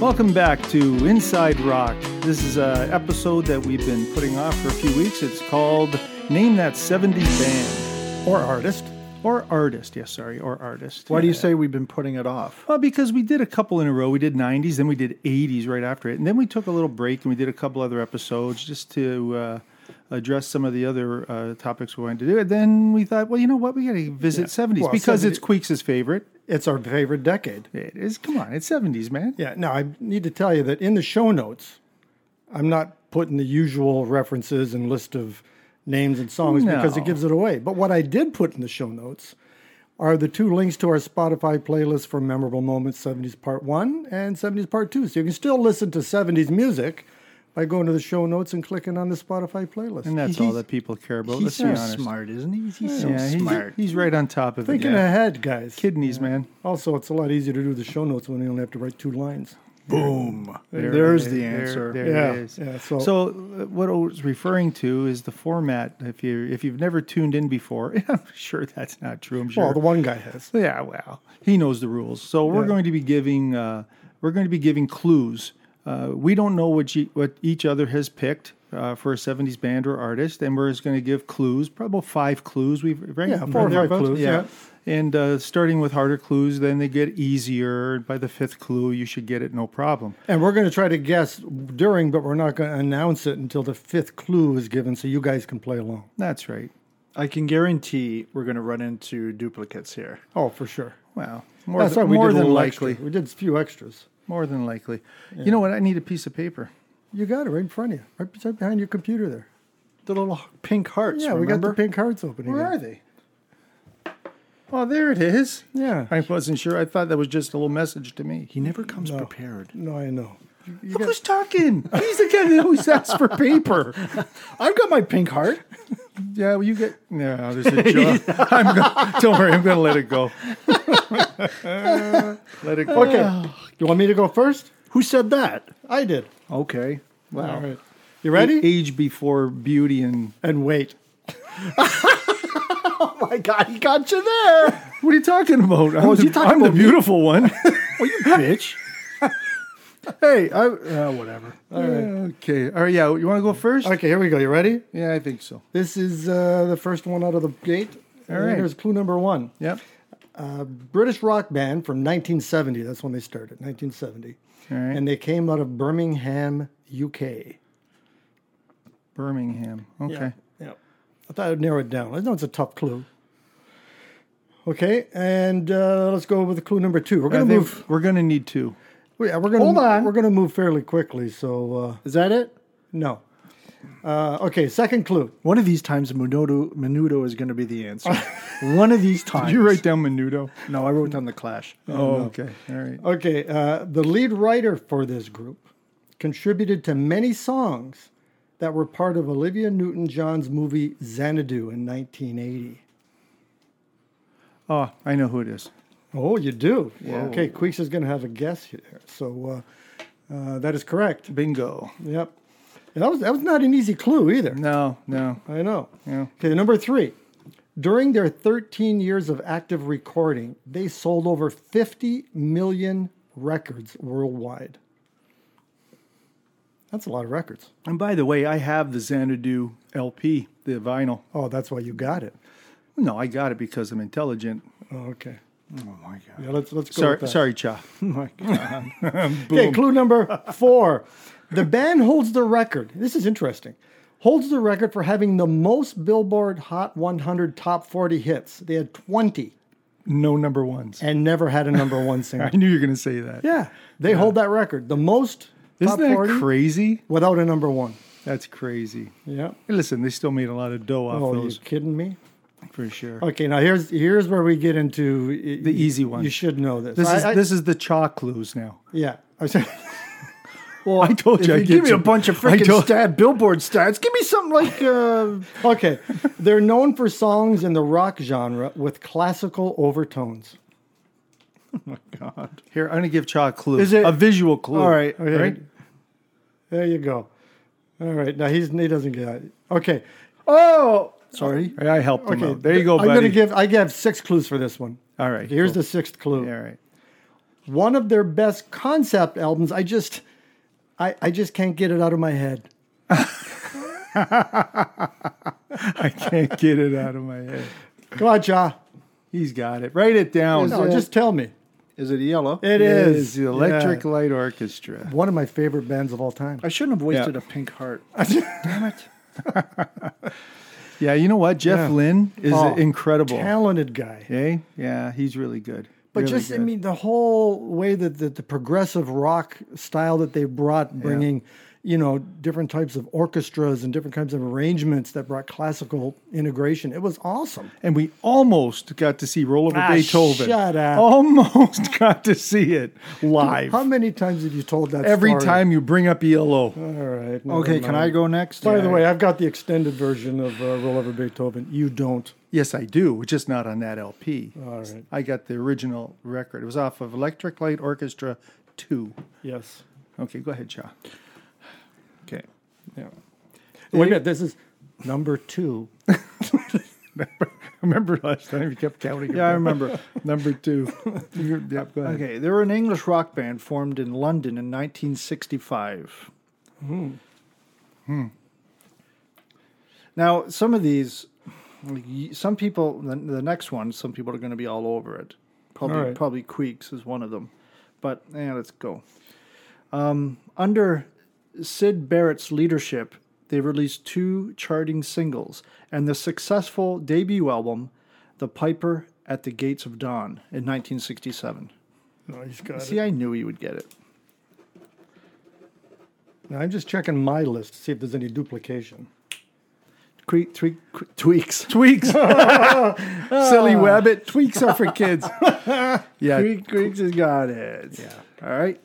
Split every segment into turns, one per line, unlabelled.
Welcome back to Inside Rock. This is an episode that we've been putting off for a few weeks. It's called Name That 70s Band
Or artist.
or Artist. Yes, sorry, or Artist.
Why do you say we've been putting it off?
Well, because we did a couple in a row. We did 90s, then we did 80s right after it. And then we took a little break and we did a couple other episodes just to uh, address some of the other uh, topics we wanted to do. And then we thought, well, you know what? We got to visit 70s
Well,
because
70
it's Queeks' favorite.
It's our favorite decade.
It is. Come on, it's 70s, man.
Yeah. Now, I need to tell you that in the show notes, I'm not putting the usual references and list of names and songs
No.
because it gives it away. But what I did put in the show notes are the two links to our Spotify playlist for Memorable Moments 70s Part 1 and 70s Part 2. So you can still listen to 70s music by going to the show notes and clicking on the Spotify playlist.
And that's all that people care about. Let's be honest.
smart, isn't he? He's so
Yeah, he's,
smart.
he's right on top of
Thinking
it. Yeah.
ahead, guys.
Kidneys, man.
Also, it's a lot easier to do the show notes when you only have to write two lines.
Boom.
There-
There's
there-
the
there-
answer.
There,
Yeah,
it is.
yeah,
so,
so-
uh, what I was referring to is the format. If you if you've never tuned in before, I'm sure that's not true. I'm sure.
Well, the one guy has.
yeah, well, he knows the rules. So we're
Yeah.
going to be giving uh, we're going to be giving clues. Uh, we don't know what you, what each other has picked uh, for a '70s band or artist, and we're just going to give clues. Probably five clues. We've right?
Yeah, four or
Right there,
five
folks?
clues, yeah.
And uh, starting with harder clues, then they get easier. By the fifth clue, you should get it no problem.
And we're going to try to guess during, but we're not going to announce it until the fifth clue is given so you guys can play along.
That's right.
I can guarantee we're going to run into duplicates here.
Oh, for sure.
Wow. More,
That's
than,
why we
more
did a
than
little
likely.
extra. We did a few extras.
More than likely. You know what? I need a piece of paper.
You got it right in front of you, right beside behind your computer there.
The little pink hearts.
Yeah, we got
remember?
the pink hearts open
Where
again.
are they? Oh, there it is.
Yeah.
I wasn't sure. I thought that was just a little message to me.
He never comes prepared.
No, I know.
Look who's talking. He's the guy that always asks for paper.
I've got my pink heart.
Yeah, well, you get. No, there's a joke. I'm go- don't worry, I'm going to let it go. let it go.
Okay. you want me to go first?
Who said that?
I did.
Okay. Wow.
All right. You ready?
Age before beauty and.
And wait.
Oh my God, he got you there.
What are you talking about? I'm,
was
the,
he talking
I'm the
about me?
beautiful one.
well, you bitch. hey, I uh, whatever.
Okay. All right. Yeah. You want to go first?
Okay, here we go. You ready?
Yeah, I think so.
This is uh, the first one out of the gate.
All right.
Here's clue number one. Uh,
Yep.
British rock band from 1970. That's when they started, 1970.
All right.
And they came out of Birmingham, UK.
Birmingham. Okay.
Yeah. I thought I'd narrow it down. I know it's a tough clue. Okay, and uh, let's go with clue number two. We're
I
gonna
think
move.
we're gonna need two.
Yeah, we're gonna
Hold on.
We're gonna move fairly quickly. So uh,
Is that it?
no. Uh, okay, second clue.
One of these times, Menudo, Menudo is going to be the answer. One of these times.
You write down Menudo.
No, I wrote down the Clash.
Oh, okay. All right.
Okay, uh, the lead writer for this group contributed to many songs that were part of Olivia Newton John's movie Xanadu in 1980.
Oh, I know who it is.
Oh, you do? Okay, Queeks is going to have a guess here. So uh, uh, that is correct.
Bingo.
Yep. And that, was, that was not an easy clue either.
No, no.
I know.
Yeah.
Okay, number three. During their 13 years of active recording, they sold over 50 million records worldwide. That's a lot of records.
And by the way, I have the Xanadu LP, the vinyl.
Oh, that's why you got it.
No, I got it because I'm intelligent.
Oh, okay.
Oh my God.
Yeah, let's let's go.
Sorry,
with that.
sorry, Cha.
Oh my God.
Okay, clue number four. The band holds the record. This is interesting. Holds the record for having the most Billboard Hot 100 Top 40 hits. They had 20
No number ones.
and never had a number one single.
I knew you were gonna say that.
Yeah, they hold that record. The most
Isn't
top
that
40
crazy?
without a number one.
That's crazy.
Yeah.
Hey, listen, they still made a lot of dough off
Oh, you
those
kidding me?
for sure.
Okay, now here's here's where we get into
The easy one.
You should know this.
This
I-
is
I-
this is the Cha clues now.
Yeah. I said-
Well,
I told
if
you
you
I'd
give
get
me
you.
a bunch of
I
freaking
told-
stat billboard stats. Give me something like uh,
okay, they're known for songs in the rock genre with classical overtones.
God.
Here, I'm gonna give Cha a clue.
Is it-
a visual clue?
All right,
Okay,
right?
There you go. All right. Now he's he doesn't get it. Okay.
Oh, sorry.
I helped him
Okay.
out. There you go,
I'm
buddy.
gonna give I give six clues for this one.
All right.
Here's
cool.
the sixth clue.
All right.
one of their best concept albums. I just, I, I just can't get it out of my head.
I can't get it out of my head.
Come on, Cha.
He's got it. Write it down.
No,
it-
just tell me.
Is it yellow?
It
It
is
is the Electric
Yeah.
Light Orchestra.
One of my favorite bands of all time.
I shouldn't have wasted a pink heart. Damn it.
Yeah, you know what? Jeff
Yeah.
Lynne is
Oh,
incredible.
Talented guy.
Okay? Yeah, he's really good.
But
Really
just, I
good.
mean, the whole way that the, the progressive rock style that they brought, bringing, you know, different types of orchestras and different kinds of arrangements that brought classical integration, it was awesome.
and we almost got to see Roll Over
Ah,
Beethoven.
shut up.
Almost got to see it live.
How many times have you told that
Every
story?
time you bring up E ELO.
All right. never
Okay, can
mind.
I go next?
By the way, I've got the extended version of uh, Roll Over Beethoven. You don't.
Yes, I do. Just not on that LP.
All right.
I got the original record. It was off of Electric Light Orchestra 2.
Yes.
Okay, go ahead, Cha.
Okay.
Yeah. Wait a minute. This is number two.
remember last time you kept counting.
Yeah, I remember.
Number two. yep, go ahead.
Okay, they were an English rock band formed in London in 1965. Hmm. Now, some of these, like, y- some people, the, the next one, some people are going to be all over it. Probably,
All right.
probably Queeks is one of them. But yeah, let's go. Um, under Sid Barrett's leadership, they released two charting singles and the successful debut album, The Piper at the Gates of Dawn, in 1967.
No, he's got
See, I knew you would get it.
Now, I'm just checking my list to see if there's any duplication.
Tweak, tweak, tweaks.
Tweaks. Silly Wabbit. Tweaks are for kids. yeah.
Tweak, tweaks has got it. Yeah. All right.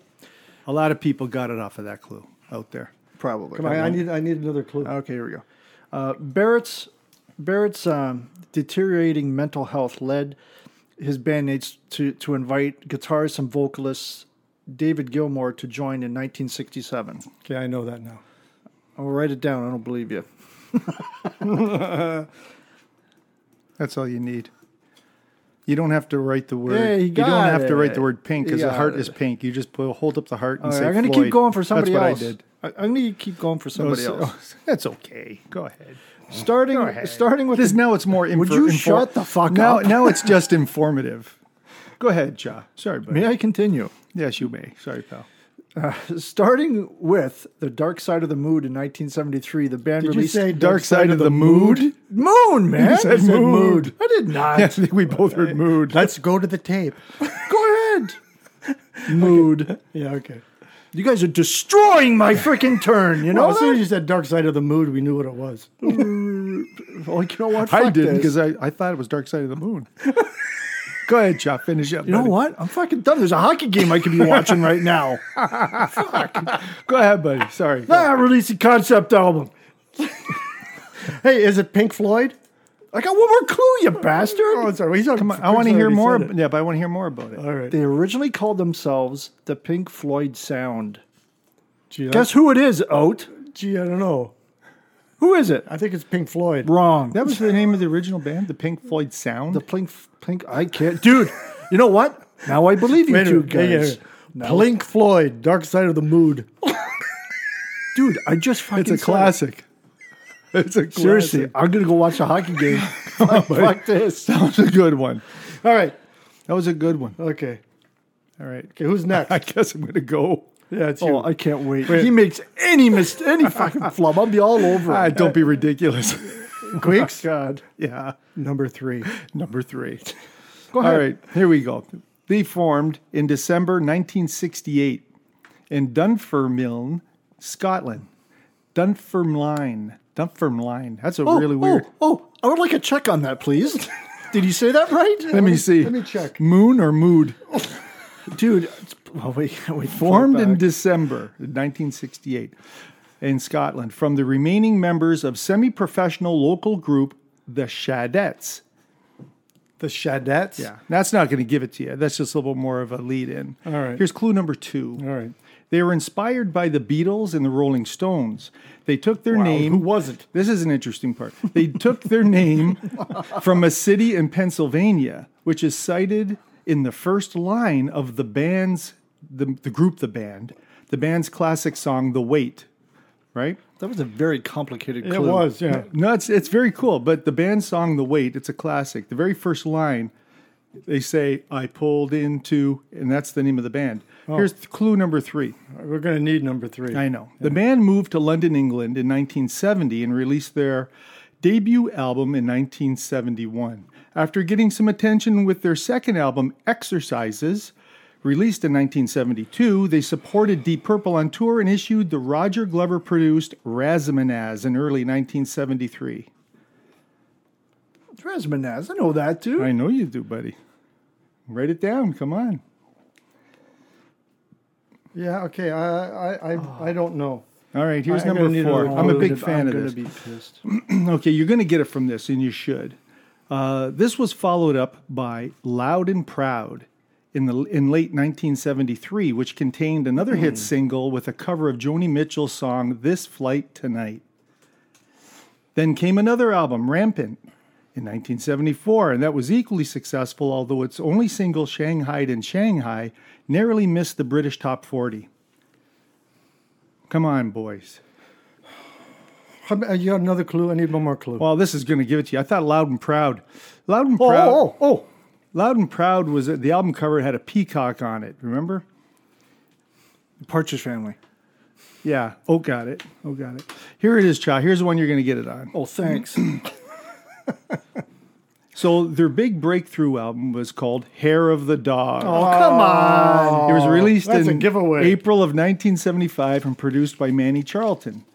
A lot of people got it off of that clue out there.
Probably.
Come on, I need I need another clue.
Okay, here we go. Uh, Barrett's Barrett's um, deteriorating mental health led his bandmates to to invite guitarist and vocalist David Gilmour to join in 1967.
Okay, I know that now.
I'll write it down. I don't believe you.
That's all you need. You don't have to write the word.
Yeah, he
you don't
got
have to write
it.
the word pink
He
because the
got
heart
it.
is pink. You just pull, hold up the heart and
All right,
say,
I'm going to keep
Floyd.
going for somebody
That's what
else.
I did.
I am going to keep going for somebody
Those-
else.
oh, that's okay. Go ahead.
Starting starting with
This now it's more. Infor-
Would you
infor-
shut the fuck
now,
up?
Now it's just informative. Go ahead, Cha. Sorry, buddy.
May I continue?
Yes, you may. Sorry, pal.
Starting with the Dark Side of the Mood in 1973, the band
Did you
released
say
Dark Side of the Mood.
Moon, man.
said
I
mood.
I did not.
I think we both heard mood.
Let's go to the tape.
Go ahead. Mood.
Yeah, okay.
You guys are destroying my freaking turn. You know.
No, as soon as
that?
you said Dark Side of the Mood, we knew what it was.
like you know what?
I
Fuck
didn't
this.
because I, I thought it was Dark Side of the Moon. Go ahead, Cha. Finish up.
You know what? I'm fucking done. There's a hockey game I could be watching right now.
Go ahead, buddy. Sorry.
ah, release a concept album.
hey, is it Pink Floyd?
I got one more clue, you bastard.
Oh, I'm sorry. He's already,
Come on, I want to hear
already
more.
said
ab-
it.
Yeah, but I want to hear more about it.
All right.
They originally called themselves the Pink Floyd Sound.
Gee, I-
Guess who it is, Oat?
gee, I don't know.
Who is it?
I think it's Pink Floyd.
Wrong.
That was the name of the original band, the Pink Floyd Sound.
The Plink Plink. I can't, dude. You know what? Now I believe you
Wait a
two
minute, wait a
guys.
minute.
No.
Pink Floyd, Dark Side of the Mood.
dude, I just fucking.
it's a
said it.
classic. It's a classic.
Seriously, I'm gonna go watch a hockey game. Fuck- fuck this.
that was a good one.
All right.
That was a good one.
Okay.
All right,
Okay, who's next?
I guess I'm gonna go.
yeah, it's you.
Oh, I can't wait. He makes any mis- any fucking flub. I'll be all over.
Ah,
it.
don't be ridiculous.
Queeks?
God.
yeah,
Number three.
number three.
Go ahead.
All right, here we go. They formed in December 1968 in Dunfermline, Scotland. Dunfermline. Dunfermline. That's a
Oh,
really weird.
Oh, oh, I would like a check on that, please. Did you say that right,
Let me see.
let me check.
Moon or mood?
dude? it's- Oh, wait, wait.
Formed in
back.
December 1968 in Scotland from the remaining members of semi professional local group the Shadettes.
The Shadettes?
Yeah, that's not going to give it to you. That's just a little bit more of a lead in.
All right.
Here's clue number two.
All right.
They were inspired by the Beatles and the Rolling Stones. They took their name.
who wasn't?
This is an interesting part. They took their name from a city in Pennsylvania, which is cited in the first line of the band's the, the group the band the band's classic song the wait right
That was a very complicated clue.
It was, yeah.
no it's it's very cool but the band's song the wait it's a classic the very first line they say i pulled into and that's the name of the band here's clue number 3
We're going to need number three.
I know. The band moved to London, England in 1970 and released their debut album in 1971. After getting some attention with their second album, Exercises, released in 1972, they supported Deep Purple on tour and issued the Roger Glover produced Razamanaz in early 1973.
Rasmanaz. I know that, dude.
I know you do, buddy. Write it down. Come on.
Yeah, okay. I, I, I, I don't know.
All right, here's
I'm gonna
number
need
four.
another
I'm a
clue
big fan
I'm
of
gonna
this.
be pissed.
Okay, you're going to get it from this, and you should. Uh, this was followed up by "Loud and Proud" in the in late 1973, which contained another hit single with a cover of Joni Mitchell's song "This Flight Tonight." Then came another album, Rampant, in 1974, and that was equally successful, although its only single, Shanghai in Shanghai, narrowly missed the British top 40. Come on, boys.
How about- You got another clue? I need one more clue.
Well, this is going to give it to you. I thought Loud and Proud. Loud and
oh,
Proud.
oh, oh, oh.
Loud and Proud was the album cover had a peacock on it. Remember?
Partridge Family.
Yeah. Oh, got it. Oh, got it. Here it is, Cha. Here's the one you're going to get it on.
Oh, thanks.
So their big breakthrough album was called Hair of the Dog.
Oh, come on.
It was released
Oh. That's a
in
giveaway.
April of 1975 and produced by Manny Charlton,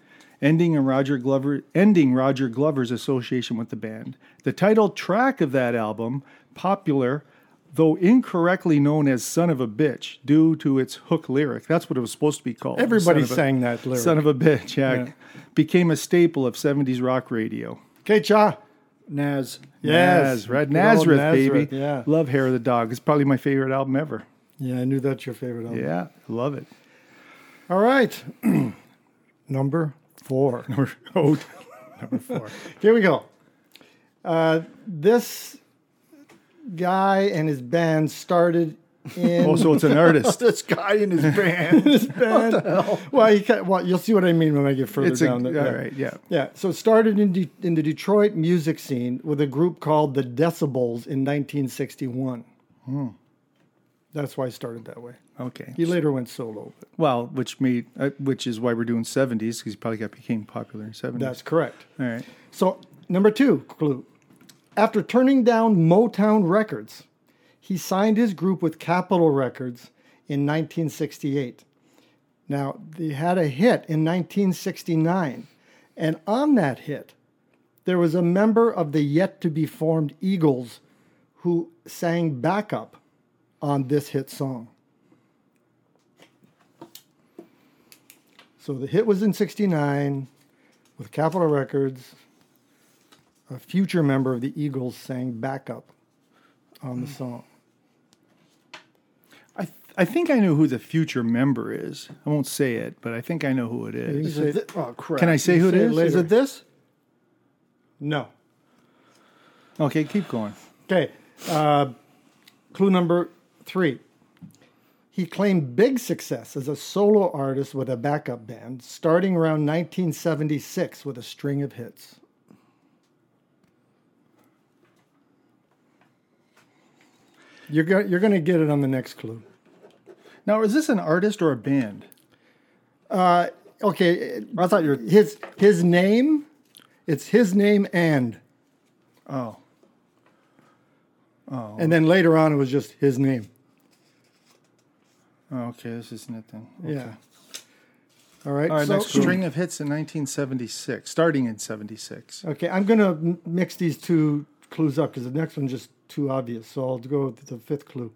ending a Roger Glover ending Roger Glover's association with the band. The title track of that album, popular though incorrectly known as "Son of a Bitch" due to its hook lyric, that's what it was supposed to be called.
Everybody
Son of a-
sang that lyric.
"Son of a Bitch," yeah, became a staple of 70s rock radio.
Okay, Cha.
Naz.
Naz, right? Nazareth,
Nazareth,
baby.
yeah.
Love Hair of the Dog. It's probably my favorite album ever.
Yeah, I knew that's your favorite album.
Yeah, love it.
All right. Number four.
Oh,
Here we go. Uh, this guy and his band started in.
Also, it's an artist.
This guy in his band.
his band. Well, you can, well, you'll see what I mean when I get further
It's a, all
down. the,
right, yeah.
Yeah, so it started in, De- in the Detroit music scene with a group called the Decibels in 1961. That's why I started that way.
Okay.
He later went solo. But
Well, which made uh, which is why we're doing seventies because he probably got became popular in seventies.
that's correct.
All right.
So, number two clue. After turning down Motown Records, he signed his group with Capitol Records in 1968. Now, they had a hit in 1969, and on that hit, there was a member of the yet to be formed Eagles who sang backup on this hit song. So the hit was in 69 with Capitol Records. A future member of the Eagles sang backup on the song.
I th- I think I know who the future member is. I won't say it, but I think I know who it
You
is.
say-
Is it thi- oh, crap.
Can I say who it
say it
is?
later.
Is it this?
No.
Okay, keep going.
Okay. Uh, clue number three. He claimed big success as a solo artist with a backup band starting around 1976 with a string of hits. You're, go- you're going to get it on the next clue.
Now, is this an artist or a band?
Uh, Okay,
I thought you were.
his his name, it's his name and,
Oh,
Oh. and then later on it was just his name.
oh okay, this isn't it then.
Yeah. All right.
All right,
so-
next string of hits in 1976, starting in 76.
Okay, I'm going to mix these two clues up because the next one's just too obvious. So I'll go with the fifth clue.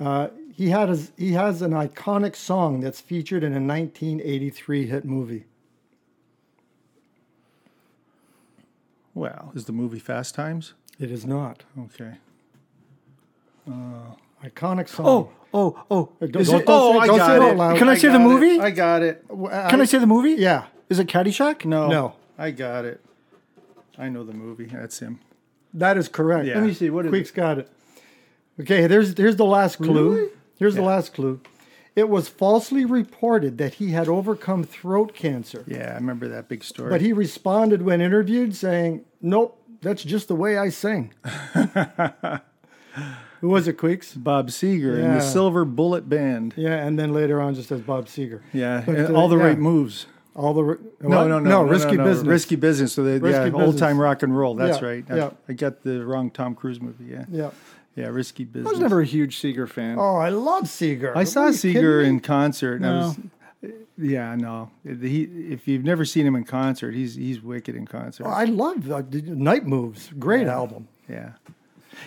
Uh, he had his, he has an iconic song that's featured in a 1983 hit movie.
Well, is the movie Fast Times?
It is not
Okay.
iconic song.
Oh, oh, oh.
don't-
Is
don't- don't
it- oh,
say-
I
don't
got
say it out
it.
loud.
Can I, say the
got it.
movie?
I got it.
Can I say the movie?
yeah,
Is it Caddyshack?
No.
No.
I got it. I know the movie. That's him.
that is correct.
Yeah.
Let me
Let
see.
me
see, what is
Queek's got it. Okay, here's here's the last clue.
Really?
Here's the last clue. It was falsely reported that he had overcome throat cancer,
Yeah, I remember that big story.
but he responded when interviewed saying, "Nope, that's just the way I sing." Who was it, Queeks?
Bob Seger and
Yeah.
the Silver Bullet Band.
Yeah, and then later on, just as Bob Seger.
Yeah,
But,
and
uh,
all the
yeah.
right moves.
All the ri-
No,
what?
no, no,
risky business.
risky business. So they, yeah,
Risky
old
business.
time rock and roll. That's
Yeah,
right.
yeah.
I, I got the wrong Tom Cruise movie. Yeah, yeah,
Yeah.
risky business.
I was never a huge Seeger fan.
Oh, I love Seeger.
I saw Seeger in concert. and I
No.
was, yeah, no. He, if you've never seen him in concert, he's he's wicked in concert.
I love uh, did you- Night Moves. Great album.
Yeah.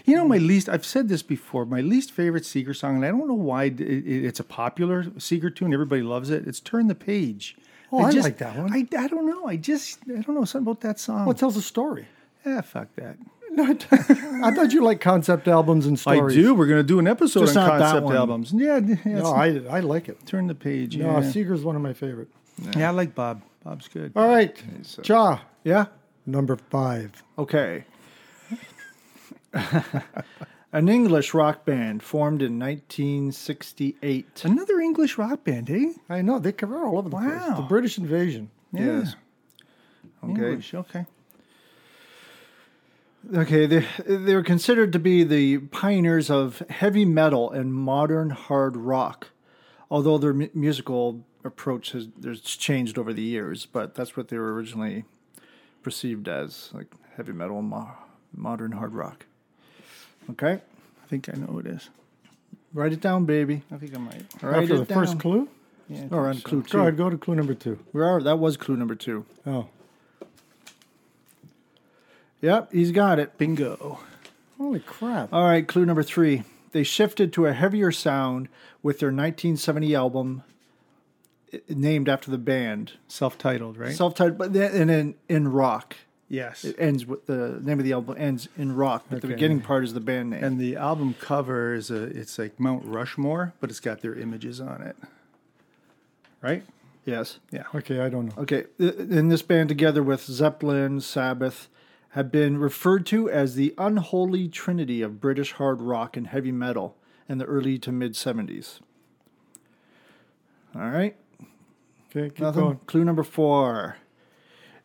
You know, my least, I've said this before, my least favorite Seeger song, and I don't know why it, it- it's a popular Seeger tune. Everybody loves it. It's Turn the Page.
Oh, I
just-
like that one.
I, I don't know. I just, I don't know something about that song.
What tells a story?
yeah, fuck that.
No, I I thought you like concept albums and stories.
I do. We're going to do an episode
Just
on
not that
concept
one.
albums. Yeah. yeah it's-
No, I, I like it.
turn the Page.
No,
Yeah.
Seeger's one of my favorite.
yeah, I like Bob. Bob's good.
All right,
so-
Cha,
Yeah?
number five.
Okay. An English rock band formed in 1968.
Another English rock band, eh?
I know they cover all over the place.
Wow.
The British invasion.
Yeah.
Yes. Okay.
English. Okay.
Okay, they they were considered to be the pioneers of heavy metal and modern hard rock, although their mu- musical approach has there's changed over the years. But that's what they were originally perceived as, like heavy metal and mo- modern hard rock. Okay,
I think I know who it is.
write it down, baby.
I think I might.
Write
After
it
the first
down.
clue,
Yeah, I think
or on
so.
clue two.
go ahead, go to clue number two.
We are that was clue number two.
Oh,
Yep, he's got it.
Bingo.
holy crap!
All right, clue number three. They shifted to a heavier sound with their 1970 album i- named after the band,
Self titled, right?
self-titled, but then and in, in rock.
yes.
It ends with the name of the album ends in rock, but the
Okay.
beginning part is the band name.
And the album cover is a it's like Mount Rushmore, but it's got their images on it. Right?
yes.
Yeah.
Okay, I don't know.
Okay. th- And this band, together with Zeppelin, Sabbath, have been referred to as the unholy trinity of British hard rock and heavy metal in the early to mid 70s. All right.
Okay, keep
Nothing.
going.
Clue number four.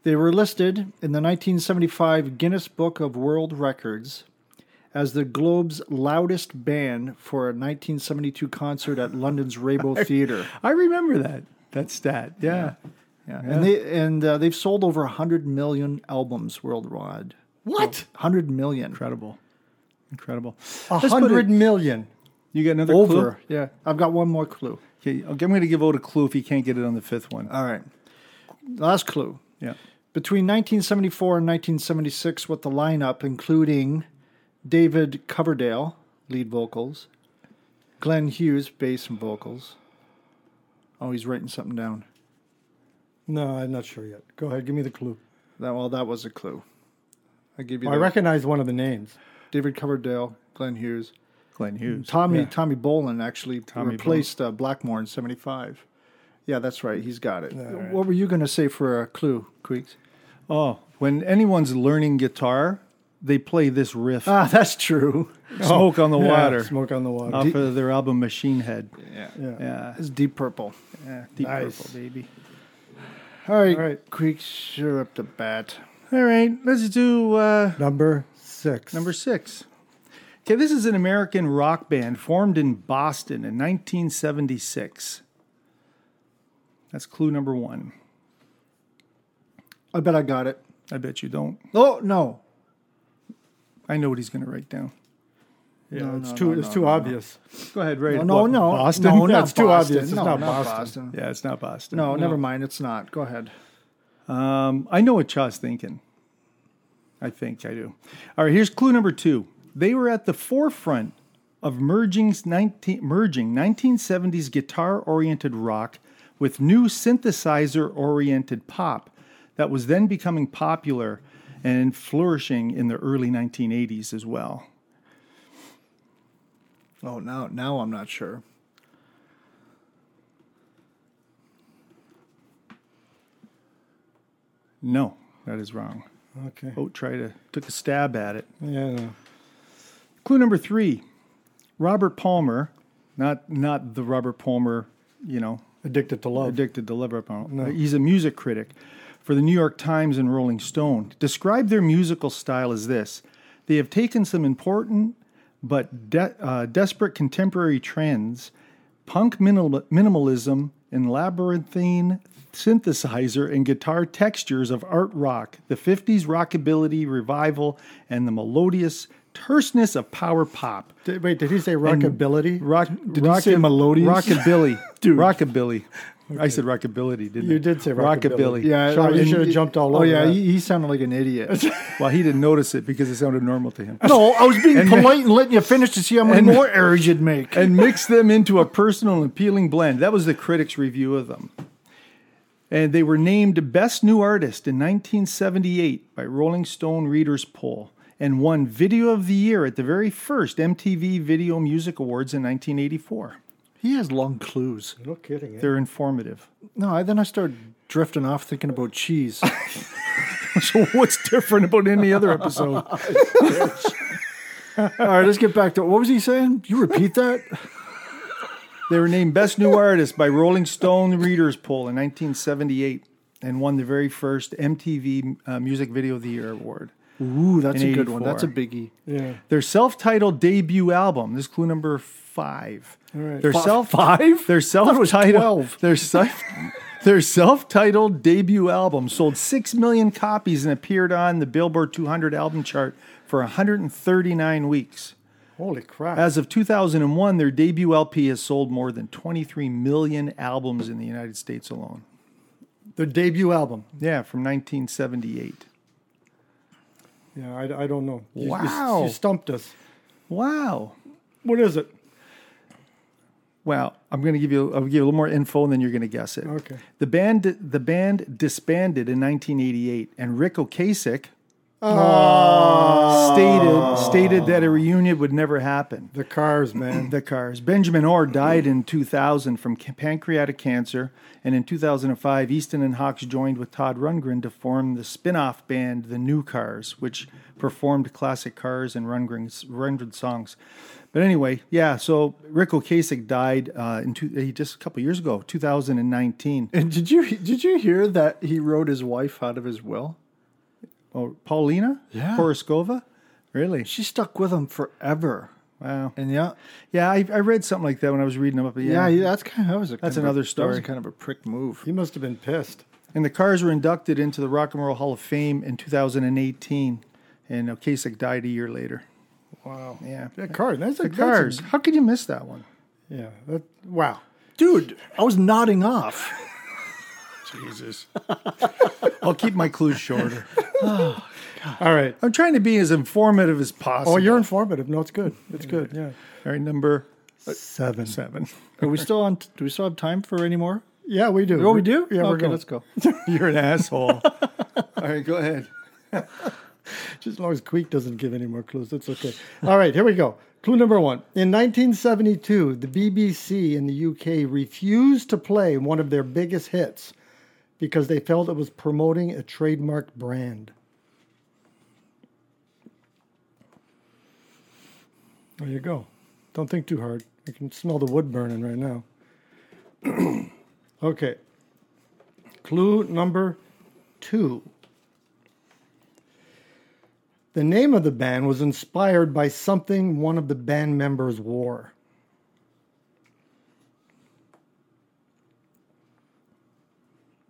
They were listed in the 1975 Guinness Book of World Records as the globe's loudest band for a 1972 concert at London's Rainbow Theatre.
I remember that. That stat. Yeah.
Yeah. And they and uh, they've sold over 100 million albums worldwide.
What?
100 million.
Incredible. Incredible.
A
Let's put
hundred
it-
million.
You got another
Over.
clue?
Yeah. I've got one more clue.
Okay, okay, I'm going to give Oda a clue if he can't get it on the fifth one.
All right. Last clue.
yeah.
Between 1974 and 1976, with the lineup including David Coverdale, lead vocals, Glenn Hughes, bass and vocals. Oh, he's writing something down.
No, I'm not sure yet. Go ahead, give me the clue.
That, well, that was a clue. I give you
Well, I
the-
recognize one of the names.
David Coverdale, Glenn Hughes.
Glenn Hughes.
Tommy
Yeah.
Tommy Bolin actually
Tommy
replaced uh, Blackmore in '75. Yeah, that's right. He's got it.
right.
What were you going to say for a clue, Queeks?
Oh, when anyone's learning guitar, they play this riff,
Ah, that's true.
Smoke on the
Yeah,
Water,
Smoke on the water.
off of their album Machine Head.
Yeah.
yeah.
Yeah.
It's Deep Purple.
yeah. Deep
Nice.
Purple, baby.
All right,
All right.
Queeks, you're up to bat.
All right, let's do uh,
Number six.
Number six. Okay, this is an American rock band formed in Boston in 1976. That's clue number one.
I bet I got it.
I bet you don't.
Oh no,
I know what he's going to write down.
Yeah,
No,
it's
no,
too
no,
it's
no,
too
no,
obvious.
Go ahead, Ray.
no, no,
What,
no,
Boston?
No,
Yeah,
not
it's too
Boston.
obvious. It's
no,
not
not
Boston.
Boston.
Yeah, it's not Boston.
No, never mind. It's not. Go ahead.
Um, I know what Cha's thinking. I think I do. All right, here's clue number two. They were at the forefront of merging 19, merging 1970s guitar oriented rock with new synthesizer oriented pop that was then becoming popular and flourishing in the early 1980s as well.
Oh, now now I'm not sure.
No, that is wrong. Oh,
Okay.
Boat tried to took a stab at it.
Yeah. no.
Clue number three Robert Palmer, not not the Robert Palmer, you know,
Addicted to Love.
addicted to Robert Palmer. He's a music critic for the New York Times and Rolling Stone. Described their musical style as this: they have taken some important but de- uh, desperate contemporary trends, punk minimal- minimalism, and labyrinthine synthesizer and guitar textures of art rock, the 50s rockabilly revival, and the melodious terseness of power pop.
Did- wait, did he say rockability?
Rock,
Did you say melodious?
Rockabilly, dude. Rockabilly. I said rockability, didn't I?
You did say rockabilly.
Yeah,
Sean, you
Uh, mean,
should have
it-
jumped all
oh,
over
yeah,
that.
he, he sounded like an idiot.
Well, he didn't notice it because it sounded normal to him.
no, I was being polite and letting you finish to see how many more errors you'd make.
And mix them into a personal and appealing blend. That was the critics' review of them. And they were named Best New Artist in 1978 by Rolling Stone Readers Poll and won Video of the Year at the very first MTV Video Music Awards in 1984.
he has long clues.
No kidding. eh?
They're informative.
No, I, then I started drifting off thinking about cheese.
So, what's different about any other episode?
all right, let's get back to what was he saying? You repeat that?
They were named Best New Artist by Rolling Stone Readers Poll in 1978 and won the very first MTV uh, Music Video of the Year award.
Ooh, that's
In
a good one.
84.
That's a biggie.
Yeah.
Their self-titled debut album. This is clue number five. All
right.
Their
Fi-
self
five?
Their self-titled.
12.
Their self. Their self-titled debut album sold six million copies and appeared on the Billboard 200 album chart for 139 weeks.
Holy crap.
As of 2001, their debut LP has sold more than 23 million albums in the United States alone.
the debut album.
Yeah, from 1978.
Yeah, I, I don't know. You- you-
Wow.
you stumped us.
Wow.
What is it?
Well, I'm going to give you I'll give you a little more info, and then you're going to guess it.
Okay.
The band the band disbanded in 1988, and Rick Ocasek stated stated that a reunion would never happen.
The Cars, man.
The Cars. Benjamin Orr died in 2000 from ca- pancreatic cancer, and in 2005, Easton and Hawks joined with Todd Rundgren to form the spin-off band The New Cars, which performed classic Cars and Rundgren's Rundgren songs. But anyway, yeah. So Rick Ocasek died uh, in two, he just a couple years ago, 2019.
And did you did you hear that he wrote his wife out of his will?
Oh, Paulina
Yeah.
Poroskova, really?
She stuck with him forever.
Wow.
And yeah,
Yeah, I, I read something like that when I was reading up. But
yeah, yeah, that's kind of that was a kind of a-
another
That was
story.
a kind of a prick move.
He must have been pissed.
And the Cars were inducted into the Rock and Roll Hall of Fame in 2018, and Ocasek died a year later.
Wow.
Yeah.
The Cars. That's a,
The Cars. How could you miss that one?
That's a, yeah. That, wow.
Dude, I was nodding off.
Jesus.
I'll keep my clues shorter.
All right.
I'm trying to be as informative as possible.
Oh, you're informative. No, it's good. It's good. Yeah.
All right, number
Seven.
seven.
Are we still on? Do we still have time for any more?
Yeah, we do.
Oh, we do.
Yeah,
okay,
we're going.
let's go.
You're an asshole. All right, go ahead.
Just as long as Queek doesn't give any more clues, that's okay. All right, here we go. Clue number one. In 1972, the BBC in the UK refused to play one of their biggest hits because they felt it was promoting a trademark brand. There you go. Don't think too hard. I can smell the wood burning right now. okay. Clue number two. The name of the band was inspired by something one of the band members wore.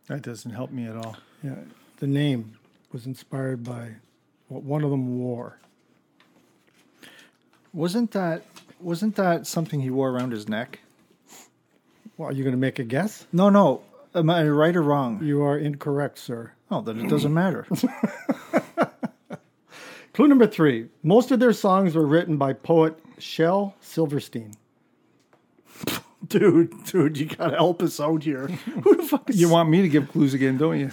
That doesn't help me at all.
Yeah, the name was inspired by what one of them wore.
Wasn't that wasn't that something he wore around his neck?
Well, are you going to make a guess?
No, no. Am I right or wrong?
You are incorrect, sir.
Oh, then it doesn't matter.
Clue number three. Most of their songs were written by poet Shel Silverstein.
dude, dude, you gotta help us out here. Who the fuck is
You want me to give clues again, don't you?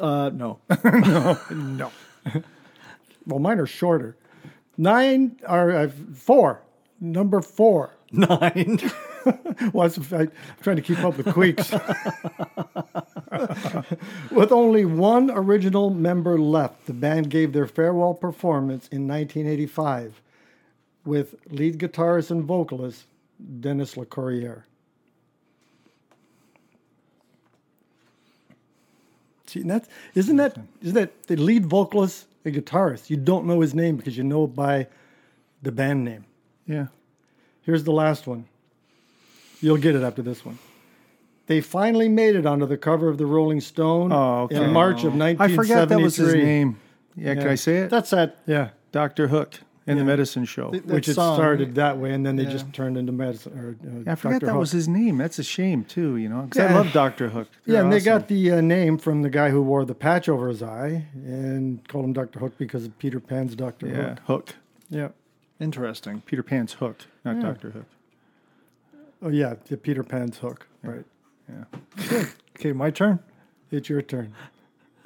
Uh, no.
No.
Well, mine are shorter. Nine are uh, four. Number four.
Nine.
Well, that's- I'm trying to keep up with Queeks. with only one original member left, the band gave their farewell performance in 1985. with lead guitarist and vocalist Dennis LeCourrier. See, and that's isn't that isn't that the lead vocalist a guitarist? You don't know his name because you know it by the band name.
Yeah.
Here's the last one. You'll get it after this one. They finally made it onto the cover of the Rolling Stone
Oh, okay.
in March of 1973.
I forgot that was his name. Yeah, can I say it?
That's that.
Yeah,
Dr. Hook and the Medicine Show.
that
which it
song.
started that way, and then they just turned into medicine. Or, uh,
I forgot
Dr.
that
Hook.
was his name. That's a shame too, you know, 'cause
Yeah.
I love Doctor Hook.
Yeah,
They're
and they
awesome.
got the uh, name from the guy who wore the patch over his eye and called him Dr. Hook because of Peter Pan's Dr.
yeah
Hook.
Hook.
Yeah.
Interesting.
Peter Pan's Hook, not Doctor Hook.
Oh, yeah, the Peter Pan's Hook. Right.
Okay, my turn.
It's your turn.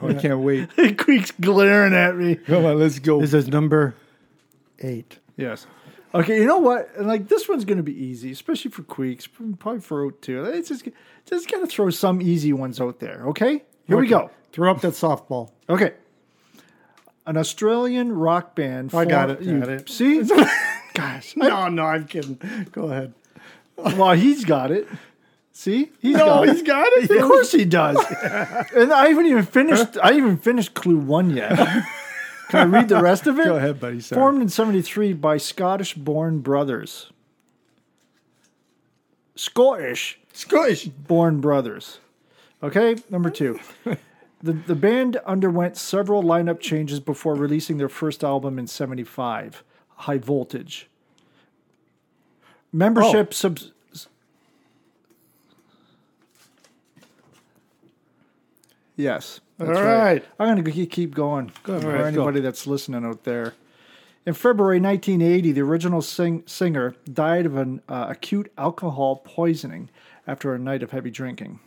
Oh, I can't wait.
It creaks glaring at me.
Come on, let's go.
This is number eight.
Yes. Okay, you know what? And like this one's gonna be easy, especially for Queeks, probably for Oat too. It's just just gotta throw some easy ones out there. Okay, here we
Okay.
go.
Throw up that softball.
Okay, an Australian rock band.
I got
formed-
it,
you-
got it.
See, gosh.
No, no, I'm kidding. Go ahead.
Well, he's got it. See, he's got it.
got it.
Of course he does. and I haven't even finished. I haven't finished Clue One yet. Can I read the rest of it?
go ahead, buddy. Sorry.
Formed in 73 by Scottish born brothers. Scottish
Squish.
born brothers. Okay, number two. the, the band underwent several lineup changes before releasing their first album in 75, High Voltage.
Oh.
Membership subs. Yes.
All
that's
right.
I'm going to keep going
Good.
for
All right, go.
anybody that's listening out there. In February 1980, the original sing- singer died of an uh, acute alcohol poisoning after a night of heavy drinking.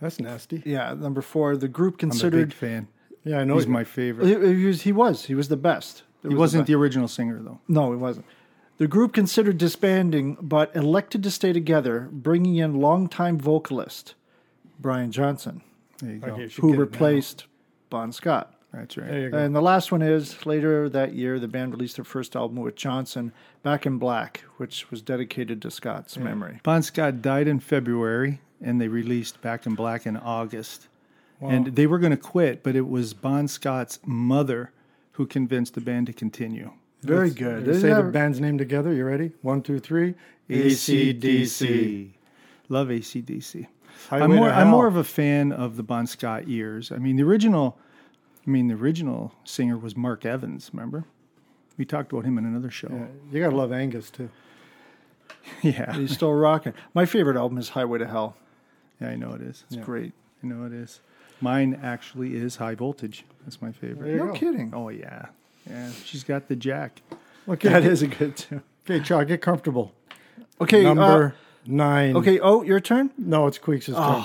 That's nasty.
Yeah, number four, the group
I'm a big
considered
fan.
Yeah, I know.
He's
you-
my favorite.
he, he was, he was he was the best. It
He
was
wasn't
the,
the original singer though.
best. no, he wasn't. The group considered disbanding, but elected to stay together, bringing in longtime vocalist Brian Johnson,
There you go.
Okay, you should
who
get it now.
replaced Bon Scott.
That's
There
right.
you go.
And the last one is later that year, the band released their first album with Johnson, Back in Black, which was dedicated to Scott's memory.
Bon Scott died in February, and they released Back in Black in August. And they were going to quit, but it was Bon Scott's mother who convinced the band to continue.
Very
You
good.
gonna
Isn't
say the
that-
band's name together. You ready? One, two, three.
Love ACDC.
Highway
I'm
to
more, I'm
Hell.
more of a fan of the Bon Scott years. I mean, the original, I mean, the original singer was Mark Evans. Remember, we talked about him in another show.
You gotta love Angus too.
Yeah, yeah,
He's still rocking. My favorite album is Highway to Hell.
I know it is.
It's great.
I know it is. Mine actually is High Voltage. That's my favorite.
There you
No
go.
kidding.
Oh yeah, yeah. She's got the jack.
Okay,
That is a good tune.
okay, Chuck, get comfortable.
Okay, uh,
Number nine.
okay. Ah, Oh, your turn.
no, it's Queeks' turn.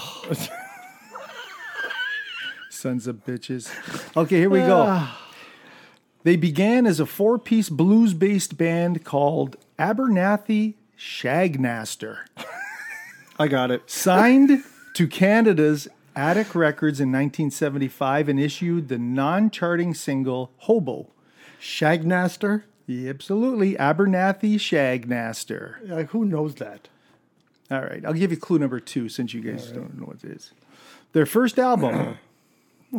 Sons of bitches. Okay, here we go. They began as a four-piece blues-based band called Abernathy Shagnaster.
I got it.
signed to Canada's Attic Records in 1975 and issued the non-charting single "Hobo."
Shagnaster.
Yeah, absolutely, Abernathy Shagnaster.
Yeah, who knows that?
All right, I'll give you clue number two since you guys don't know what it is. Their first album,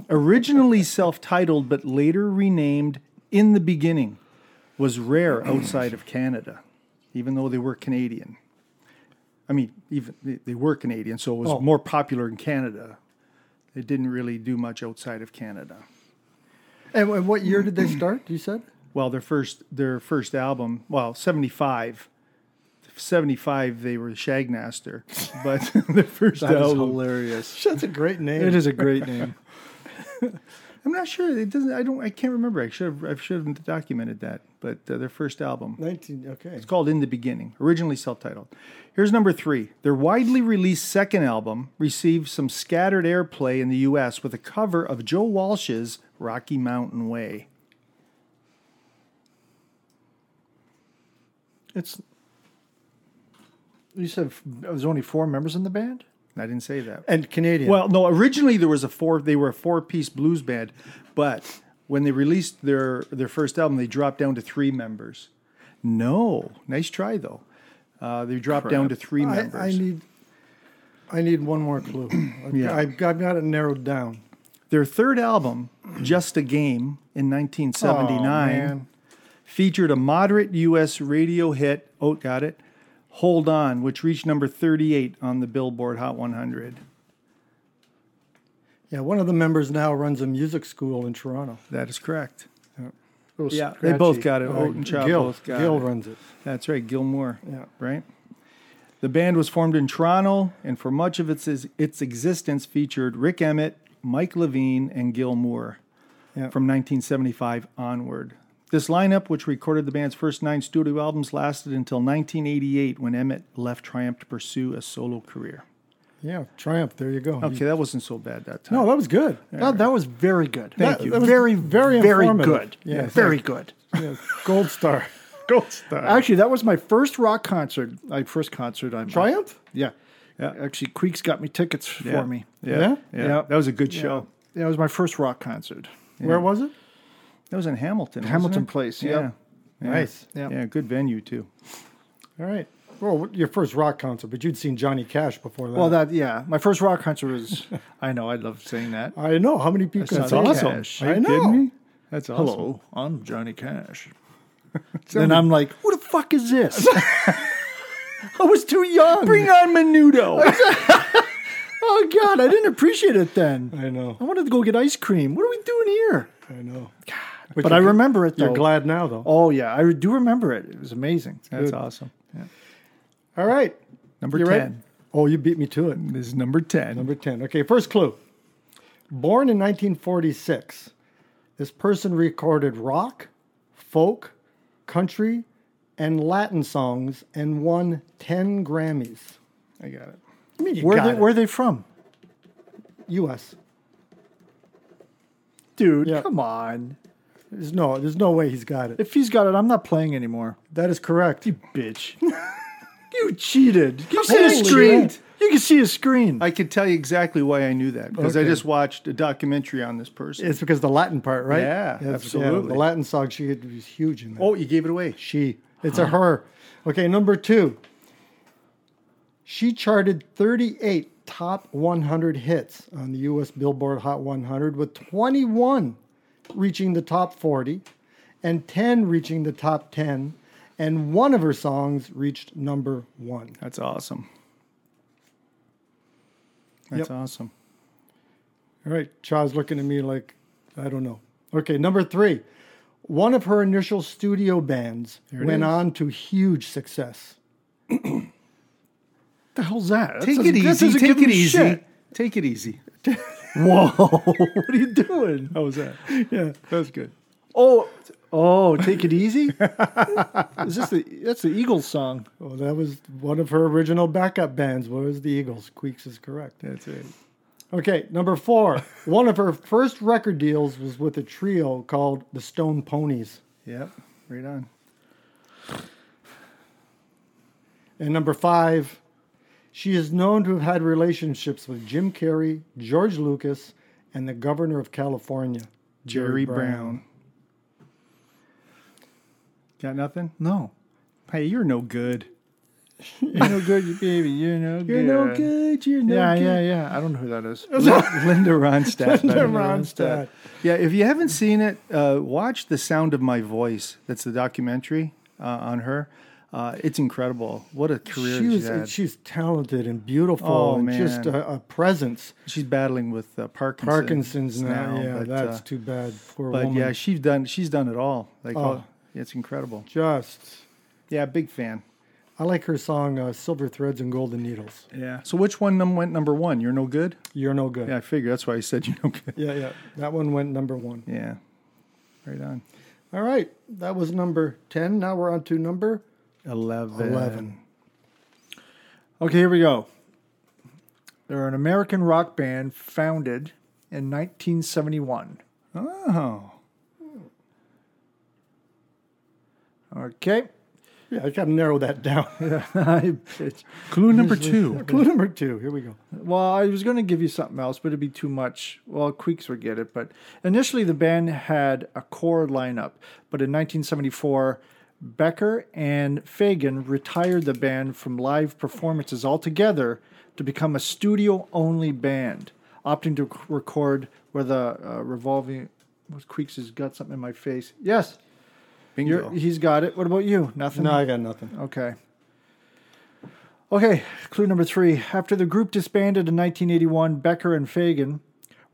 originally self-titled but later renamed "In the Beginning," was rare outside of Canada, even though they were Canadian. I mean, even they, they were Canadian, so it was
Oh.
more popular in Canada. It didn't really do much outside of Canada.
And, and what year did they start? You said
Well, their first their first album, well, 75. 75 they were Shagnaster, but their first
That is
album
hilarious.
that's a great name.
It is a great name.
I'm not sure it doesn't I don't I can't remember. I should have I should have documented that, but uh, their first album
Nineteen. Okay.
It's called In the Beginning, originally self titled. Here's number three. Their widely released second album received some scattered airplay in the US with a cover of Joe Walsh's Rocky Mountain Way.
It's. You said f- there's only four members in the band.
I didn't
Eh,
say that.
And Canadian.
Well, no, originally there was a four, they were a four piece blues band, but when they released their their first album, they dropped down to three members. No, nice try though. Uh, they dropped down to three
I,
members.
I need, I need one more clue. I've,
Yeah.
I've, got- I've got it narrowed down.
Their third album, Just a Game, in
Oh,
1979,
man.
featured a moderate U.S. radio hit. Oh, got it. Hold on, which reached number 38 on the Billboard Hot 100.
Yeah, one of the members now runs a music school in Toronto.
That is correct.
Little
Yeah, they
scratchy.
both got it. Oat and Chow
Oh, Gil,
both got
Gil
it.
runs it.
That's right, Gilmore.
Yeah.
Right? The band was formed in Toronto and for much of its its existence featured Rick Emmett, Mike Levine, and Gil Moore
Yeah.
from 1975 onward. This lineup, which recorded the band's first nine studio albums, lasted until 1988 when Emmett left Triumph to pursue a solo career.
Yeah, Triumph. There you go. You-
Okay, that wasn't so bad that time.
no, that was good.
That, that was very good.
Thank
That-
you.
that was
Very,
very,
very
very, very
informative.
good.
Yeah,
very good.
Yeah, gold star.
Gold Star.
Uh, Actually, that was my first rock concert. My first concert. I'm
Triumph?
Yeah.
Yeah.
Actually, Creeks got me tickets for me.
Yeah.
Yeah?
Yeah.
Yeah.
That was a good show.
Yeah, it was my first rock concert.
Where was it?
That was in Hamilton. wasn't
Hamilton
it?
Place, yeah.
Yeah. Yeah.
Nice.
Yeah.
Yeah.
good venue too.
All right. Well, what- your first rock concert, but you'd seen Johnny Cash before that.
Well, that yeah, my first rock concert was. I know, I love saying that.
I know how many people.
That's
saw
awesome.
that?
Cash.
Are you
I know.
kidding me? That's awesome.
Hello, I'm Johnny Cash. then I'm like, who the fuck is this? I was too young.
Bring on Menudo.
oh God, I didn't appreciate it then.
I
I
know.
wanted to go get ice cream. What are we doing here?
I know.
But, I
you're-
remember it though.
You're glad now, though.
Oh yeah, I do remember it. It was amazing.
That's awesome.
All right.
Number
You're right.
10.
Oh, you beat me to it.
This is number 10.
Number 10. Okay, first clue. Born in 1946, this person recorded rock, folk, country, and Latin songs and won 10 Grammys.
I got it.
I mean, you
Where
got
they,
it.
where are they from?
U.S.
Dude,
Yeah.
come on.
There's no, there's no way he's got it.
If he's got it, I'm not playing anymore.
That is correct.
Bitch. you cheated. You can see his
Holy
screen.
shit.
You can see his screen.
I could tell you exactly why I knew that because I
Okay.
just watched a documentary on this person.
It's because the Latin part, right?
Yeah,
That's-
absolutely.
the Latin song, she was huge in that.
oh, you gave it away.
She. It's a her. Okay, number two. She charted 38 top 100 hits on the U.S. Billboard Hot 100, with 21 reaching the top 40 and 10 reaching the top 10, and one of her songs reached number one.
That's awesome. That's
Yep.
awesome.
All right, Chaw's looking at me like, I don't know. Okay, number three. One of her initial studio bands
it
went
is.
on to huge success.
What the hell's that? That
Take
doesn't-
it
that
easy.
doesn't
Take
give
it
me
easy.
shit.
Take it easy.
Whoa. what are you doing?
How was that?
Yeah.
That was good.
Oh, oh, take it easy? Is this the that's the Eagles song?
Well, Oh, that was one of her original backup bands. Was the Eagles? Queeks is correct.
That's it.
Okay, number four. one of her first record deals was with a trio called the Stone Ponies.
Yep. Right on.
And number five, she is known to have had relationships with Jim Carrey, George Lucas, and the governor of California,
Jerry Brown. Got nothing?
No.
Hey, you're no good.
You're no good, you baby. You're no good.
You're no good. You're no
Yeah,
good.
yeah, yeah. I don't know who that is.
Linda Ronstadt.
Linda
Linda
Ronstadt.
Ronstadt. Yeah, if you haven't seen it, uh, watch The Sound of My Voice. That's the documentary uh, on her. Uh, it's incredible. What a career
She
she's
was,
had.
she's talented and beautiful,
Oh,
and just
man.
a, a presence.
she's battling with uh, Parkinson's,
Parkinson's now, yeah,
but,
that's
uh,
too bad. Poor
but
woman.
yeah, she's done. She's done it all. Like,
Oh.
oh, it's incredible.
just
Yeah, big fan.
I like her song uh, "Silver Threads and Golden Needles."
Yeah. So which one num- went number one? You're no good.
You're no good.
Yeah, I figure that's why I said you're no good.
yeah, yeah. That one went number one.
Yeah. Right on.
All right, that was number ten. Now we're on to number
Eleven.
eleven.
Okay, here we go. They're an American rock band founded in 1971.
Oh.
Okay.
Yeah, I got to narrow that down.
I- it's-
Clue number two.
Clue number two. Here we go.
well, I was going to give you something else, but it'd be too much. Well, Queeks would get it, but initially the band had a core lineup, but in 1974, Becker and Fagan retired the band from live performances altogether to become a studio only band, opting to c- record with a uh, revolving. What Queeks has got something in my face. Yes, you're,
Bingo.
he's got it. What about you? Nothing.
No, I got nothing.
Okay. Okay, clue number three. After the group disbanded in 1981, Becker and Fagan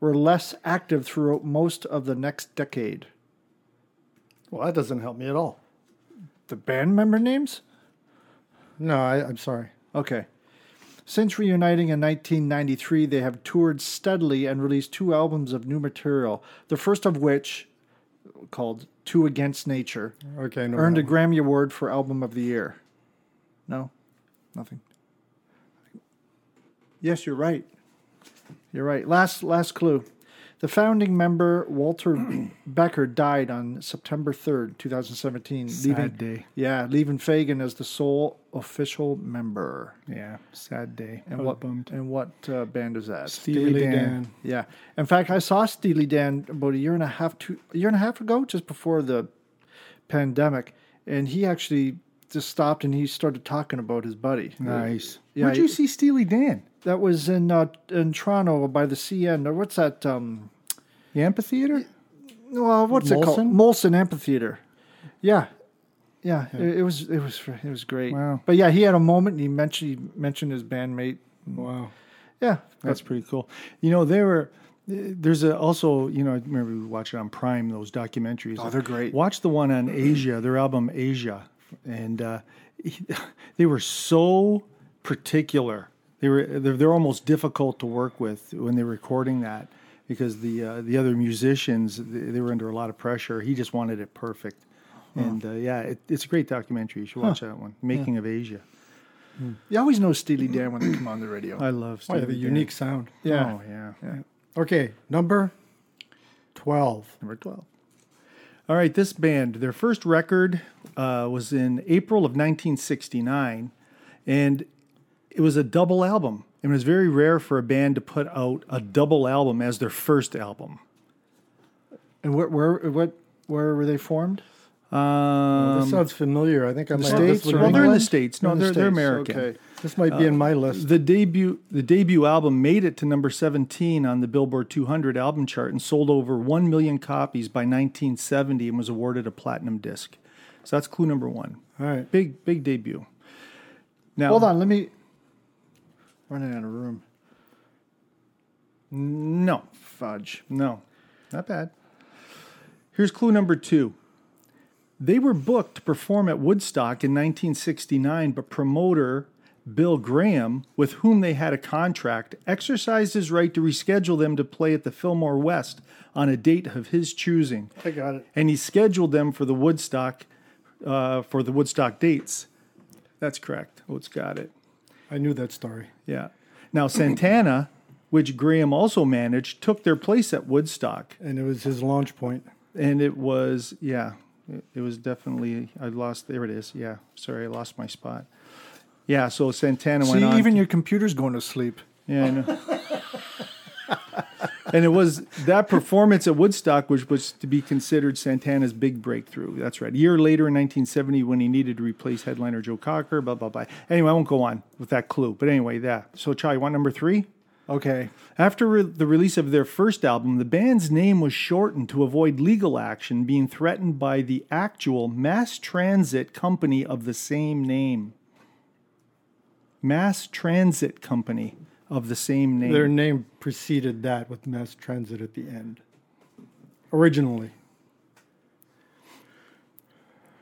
were less active throughout most of the next decade.
Well, that doesn't help me at all.
The band member names?
No, I, I'm sorry.
Okay. Since reuniting in 1993, they have toured steadily and released two albums of new material, the first of which, called Two Against Nature,
Okay, no.
earned a
no.
Grammy Award for Album of the Year. No, nothing. Yes, you're right. You're right. Last last clue. The founding member Walter Becker died on September 3rd, 2017, leaving
Sad day.
yeah, leaving Fagan as the sole official member.
Yeah, sad day. I
And
was
what
bummed.
and what uh, band is that?
Steely
Steely
Dan.
Dan.
Yeah. In fact, I saw Steely Dan about a year and a half, two a year and a half ago, just before the pandemic, and he actually just stopped and he started talking about his buddy.
Nice.
Yeah,
Where'd you
I-
see Steely Dan?
That was in uh, in Toronto by the CN. Or what's that? Um,
The amphitheater?
well, what's it called?
Molson?
Molson Amphitheater. Yeah. Yeah, It, it was it was it was great.
Wow.
But yeah, he had a moment and he mentioned he mentioned his bandmate.
Wow.
Yeah.
That's pretty cool. You know, there were there's a, also you know I remember we watched it on Prime those documentaries.
Oh, they're great.
Watch the one on Asia, their album Asia, and uh, they were so particular. They were they're, they're almost difficult to work with when they're recording that because the uh, the other musicians they, they were under a lot of pressure. He just wanted it perfect, and uh, yeah, it, it's a great documentary. You should watch that one, Making of Asia.
You always know Steely Dan when they come on the radio.
I love.
Oh, yeah, the
Steely Dan.
unique sound.
yeah.
Oh yeah.
Okay, number 12.
Number 12.
All right, this band, their first record uh, was in April of 1969, and it was a double album. It was very rare for a band to put out a double album as their first album.
And where, where, what, where were they formed?
Um,
this Oh, sounds familiar. I think I might have
States
this one.
or
well, they're in the
England?
states. No,
In
they're,
the
they're
States,
American.
Okay.
This might be in my list.
The debut the debut album made it to number 17 on the Billboard 200 album chart and sold over 1 million copies by 1970 and was awarded a platinum disc. So that's clue number 1.
All right.
Big big debut. Now
Hold on, let me. Running out of room.
No,
Fudge.
no, not bad. Here's clue number two. They were booked to perform at Woodstock in 1969, but promoter Bill Graham, with whom they had a contract, exercised his right to reschedule them to play at the Fillmore West on a date of his choosing.
I got it.
And he scheduled them for the Woodstock uh, for the Woodstock dates. That's correct. Oates got it.
I knew that story.
Yeah. Now Santana, which Graham also managed, took their place at Woodstock,
And it was his launch point.
and it was yeah, it, it was definitely I lost there it is yeah sorry I lost my spot. Yeah, so Santana went on.
See, even your computer's going to sleep.
yeah, I know. and it was that performance at Woodstock, which was to be considered Santana's big breakthrough. That's right. A year later in 1970, when he needed to replace headliner Joe Cocker, blah blah blah. Anyway, I won't go on with that clue. But anyway, that. So Charlie, want number three?
Okay.
After re- the release of their first album, the band's name was shortened to avoid legal action being threatened by the actual mass transit company of the same name. Mass transit company of the same name.
Their name preceded that with mass transit at the end, originally.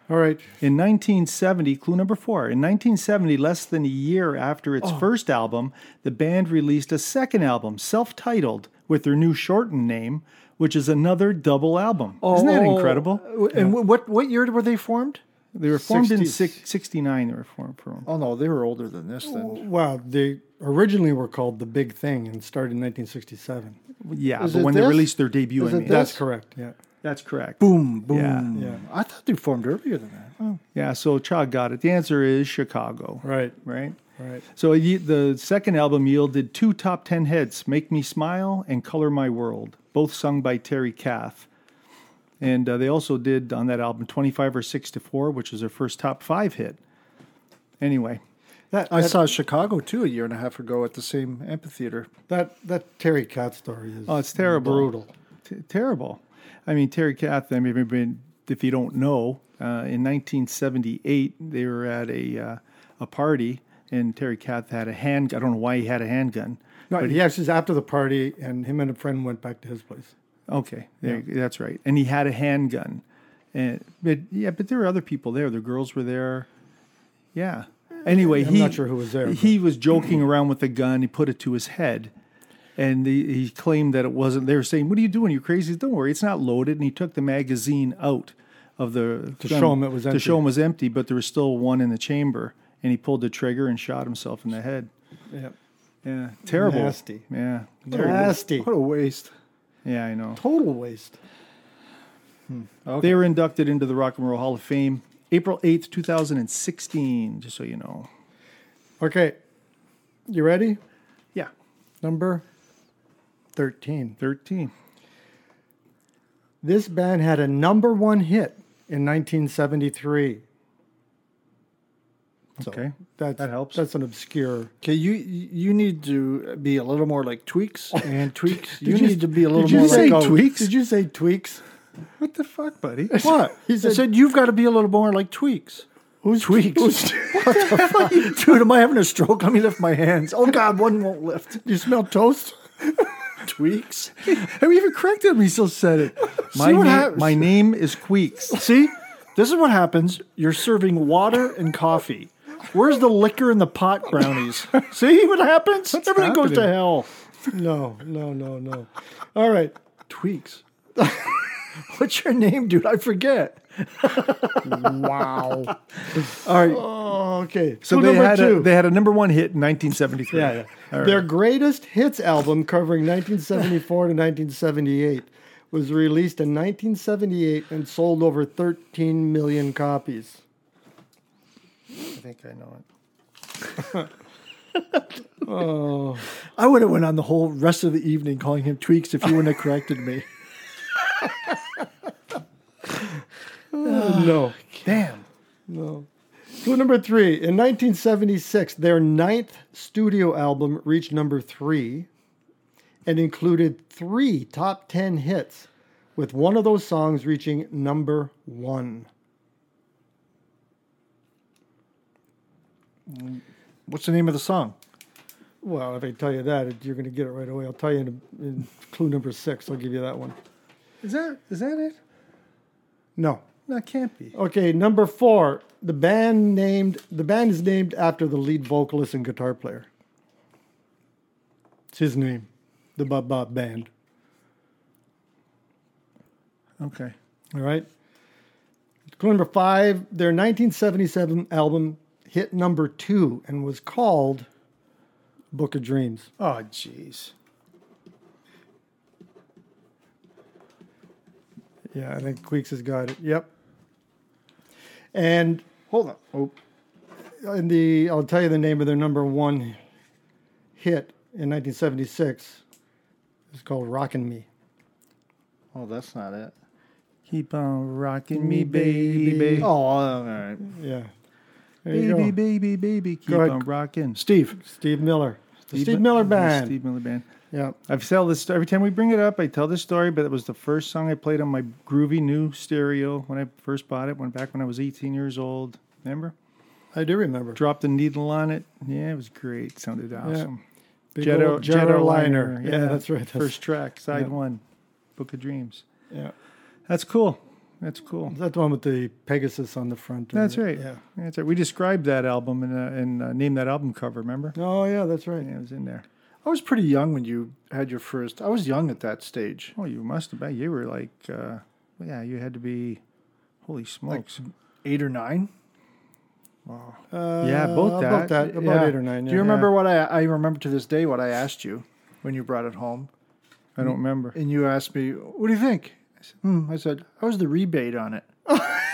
All right.
In 1970, clue number four. In 1970, less than a year after its first album, the band released a second album, self titled, with their new shortened name, which is another double album. Isn't that incredible?
Uh, And wh- what, what year were they formed?
They were formed in
60s.
six, 69. They were formed. formed.
Oh, no, they were older than this then.
Wow. They originally were called The Big Thing and started in 1967.
Yeah,
Is
but
it
when they
this?
released their debut,
Is
I
it
mean,
this?
That's correct. Yeah.
That's correct.
Boom, boom.
Yeah.
Yeah.
I thought they formed earlier than that. Oh.
Yeah, so Chog got it. The answer is Chicago,
Right.
right?
Right.
So ye- the second album yielded two top 10 hits, Make Me Smile and Color My World, both sung by Terry Kath. And uh, they also did on that album 25 or 6 to 4, which was their first top five hit. Anyway,
That,
I
that,
saw Chicago too a year and a half ago at the same amphitheater.
that that Terry Cott story is
oh, it's terrible.
brutal.
T- terrible. I mean, Terry Kath, I mean, everybody- if you don't know, uh, in 1978, they were at a, uh, a party and Terry Kath had a hand. I don't know why he had a handgun.
No, he actually was after the party, and him and a friend went back to his place.
Okay, there, that's right. And he had a handgun, and but yeah, but there were other people there. The girls were there. Yeah. Anyway,
I'm
he,
not sure who was there,
He was joking around with the gun. He put it to his head, and the, he claimed that it wasn't. They were saying, "What are you doing? You're crazy! Don't worry, it's not loaded." And he took the magazine out of the
To show him it was
to
empty.
show him it was empty, but there was still one in the chamber. And he pulled the trigger and shot himself in the head.
Yeah.
Yeah, terrible.
Nasty.
Yeah,
Nasty.
What a waste.
yeah, I know.
Total waste.
They were inducted into the Rock and Roll Hall of Fame April 8th, 2016, just so you know.
Okay. You ready?
Yeah.
Number 13.
13.
This band had a number one hit in 1973. So
Okay.
That's,
That helps.
That's an obscure.
Okay, you you need to be a little more like tweaks and tweaks. you,
Did you-
need to be a little
did you
more
say
like oh,
Tweaks?
Did you say tweaks?
What the fuck, buddy?
what? He said, you've got to be a little more like tweaks.
Who's
Tweaks. what the fuck? Dude, am I having a stroke? Let me lift my hands. Oh God, one won't lift.
You smell toast?
Tweaks.
Have you even corrected me? Still said it. My,
what
na-
happens.
my name is Queeks.
See, this is what happens. You're serving water and coffee. Where's the liquor and the pot brownies? See what happens? Everything goes to
happening?
hell.
No, no, no, no. All right.
Tweaks. What's your name, dude? I forget.
Wow.
All right.
oh, okay.
So
Clue
they
number
had,
two.
a, they had a number one hit in 1973.
Yeah, yeah. Their greatest hits album covering 1974 to 1978 was released in 1978 and sold over 13 million copies.
I think I know it.
Oh.
I would have went on the whole rest of the evening calling him Tweaks if you wouldn't have corrected me.
no,
Damn.
no. Clue number three. In 1976, their ninth studio album reached number three and included three top 10 hits, with one of those songs reaching number one.
What's the name of the song?
Well, if I tell you that, it- you're going to get it right away. I'll tell you in, in clue number six. I'll give you that one.
Is that is that it?
No.
That can't be.
Okay, number four. The band named the band is named after the lead vocalist and guitar player. It's his name, the Bob Bob Band.
Okay.
All right. Clue number five. Their 1977 album hit number two and was called "Book of Dreams."
Oh, jeez.
Yeah, I think Queeks has got it. Yep. And
Hold on. Oh,
in the I'll tell you the name of their number one hit in 1976. It's called "Rockin' Me."
oh that's not it.
Keep on rocking me, baby.
Oh, all right.
Yeah. There you
baby,
go.
baby, baby. Keep
ahead.
on rocking.
Steve.
Steve Miller. The Steve, Miller Band.
Steve Miller Band.
Yeah.
I've tell this every time we bring it up. I tell this story, but it was the first song I played on my groovy new stereo when I first bought it. Went back when I was 18 years old. Remember?
I do remember.
Dropped a needle on it. Yeah, it was great. Sounded awesome.
Big
Jet
old
O- Jet
Jetter
O
Liner. Yeah, that's right. That's-
first track, side one, Book of Dreams.
Yeah.
That's cool. That's cool.
That's the one with the Pegasus on the front. and
That's
the-
right.
Yeah.
That's right. We described that album and uh, and uh, named that album cover. Remember?
Oh yeah, that's right.
Yeah, it was in there.
I was pretty young when you had your first. I was young at that stage.
Oh, you must have been. You were like, uh, yeah, you had to be. Holy smokes!
Eight or nine.
Uh,
Yeah, about that.
About that. About
Yeah.
eight or nine. Yeah.
Do you remember what I? I remember to this day what I asked you when you brought it home,
I don't remember.
and you asked me, "What do you think?" I
said,
Hmm, I said, how's the rebate on it?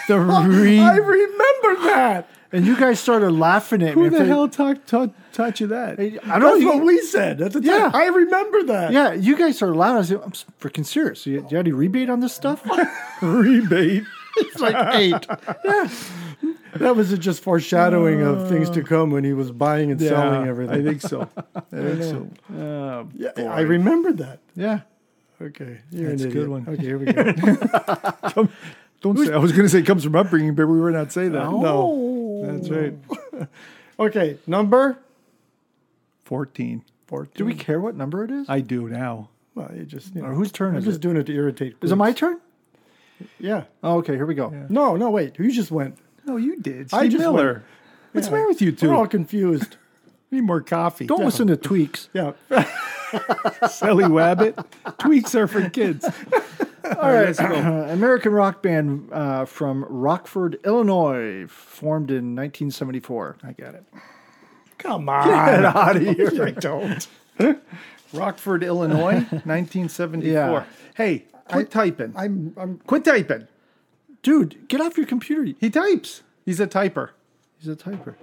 the re-
I remember that.
And you guys started laughing at me.
Who
I
the
said,
hell taught, taught, taught you that?
I don't know.
That's
you-
what we said at the time.
Yeah.
I remember that.
yeah, you guys started laughing. I said, I'm s- freaking serious. You, you had any rebate on this stuff?
Rebate.
it's like eight.
That was just foreshadowing of things to come when he was buying and selling everything.
I think so. I think so.
Um,
yeah, I remembered that.
yeah.
Okay, you're
That's a
an
good
idiot.
one.
Okay, here we go.
Don't say. I was going to say it comes from upbringing, but we were not saying that.
No,
that's right.
Oh. okay, number
Fourteen.
fourteen.
Do we care what number it is?
I do now.
Well, you just you know,
or whose turn
I'm
is
just
it?
doing it to irritate.
Is it my turn?
Yeah.
Oh, okay, here we go.
No, no, wait. You just went.
No, you did.
I
Steve
just
Miller.
went-
What's the matter with you 2
We're all confused.
Need more coffee.
Don't listen to tweaks.
Yeah.
Sally Wabbit. Tweaks are for kids.
All right, American rock band uh, from Rockford, Illinois, formed in 1974.
I got it.
Come on.
Out of here.
I don't.
Rockford, Illinois, 1974.
Yeah.
Hey, quit typing.
I'm. I'm.
quit typing.
Dude, get off your computer.
He types. He's a typer.
He's a typer.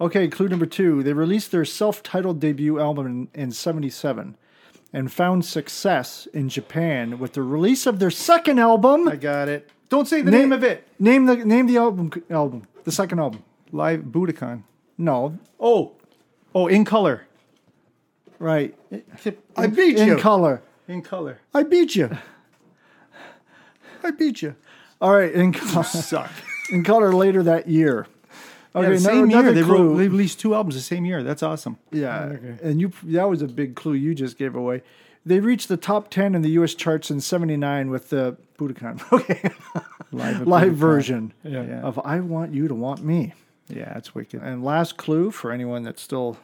Okay, clue number two. They released their self titled debut album in, in 77 and found success in Japan with the release of their second album.
I got it. Don't say the
Na-
name of it.
Name the name the album album. The second album.
Live Budokan.
No.
Oh, oh, in color.
Right.
I beat
in
you.
color.
In color.
I beat you. I beat you.
All right, in color.
Suck.
in color later that year. Okay,
Yeah, the
no-
same year
another
they
clue.
wrote, Oh, they released two albums the same year. That's awesome.
Yeah, and you—that was a big clue you just gave away. They reached the top ten in the U.S. charts in '79 with the Budokan, okay,
Live, at
live
Budokan.
version
Yeah.
of "I Want You to Want Me."
Oh, Yeah, that's wicked.
And last clue for anyone that's still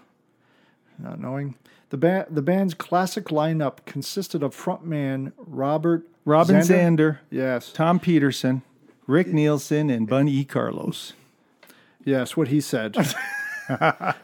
not knowing the band. The band's classic lineup consisted of frontman Robert
Robin Zander,
Yes,
Tom Peterson, Rick Nielsen, and Bunny E. Carlos.
yes, what he said.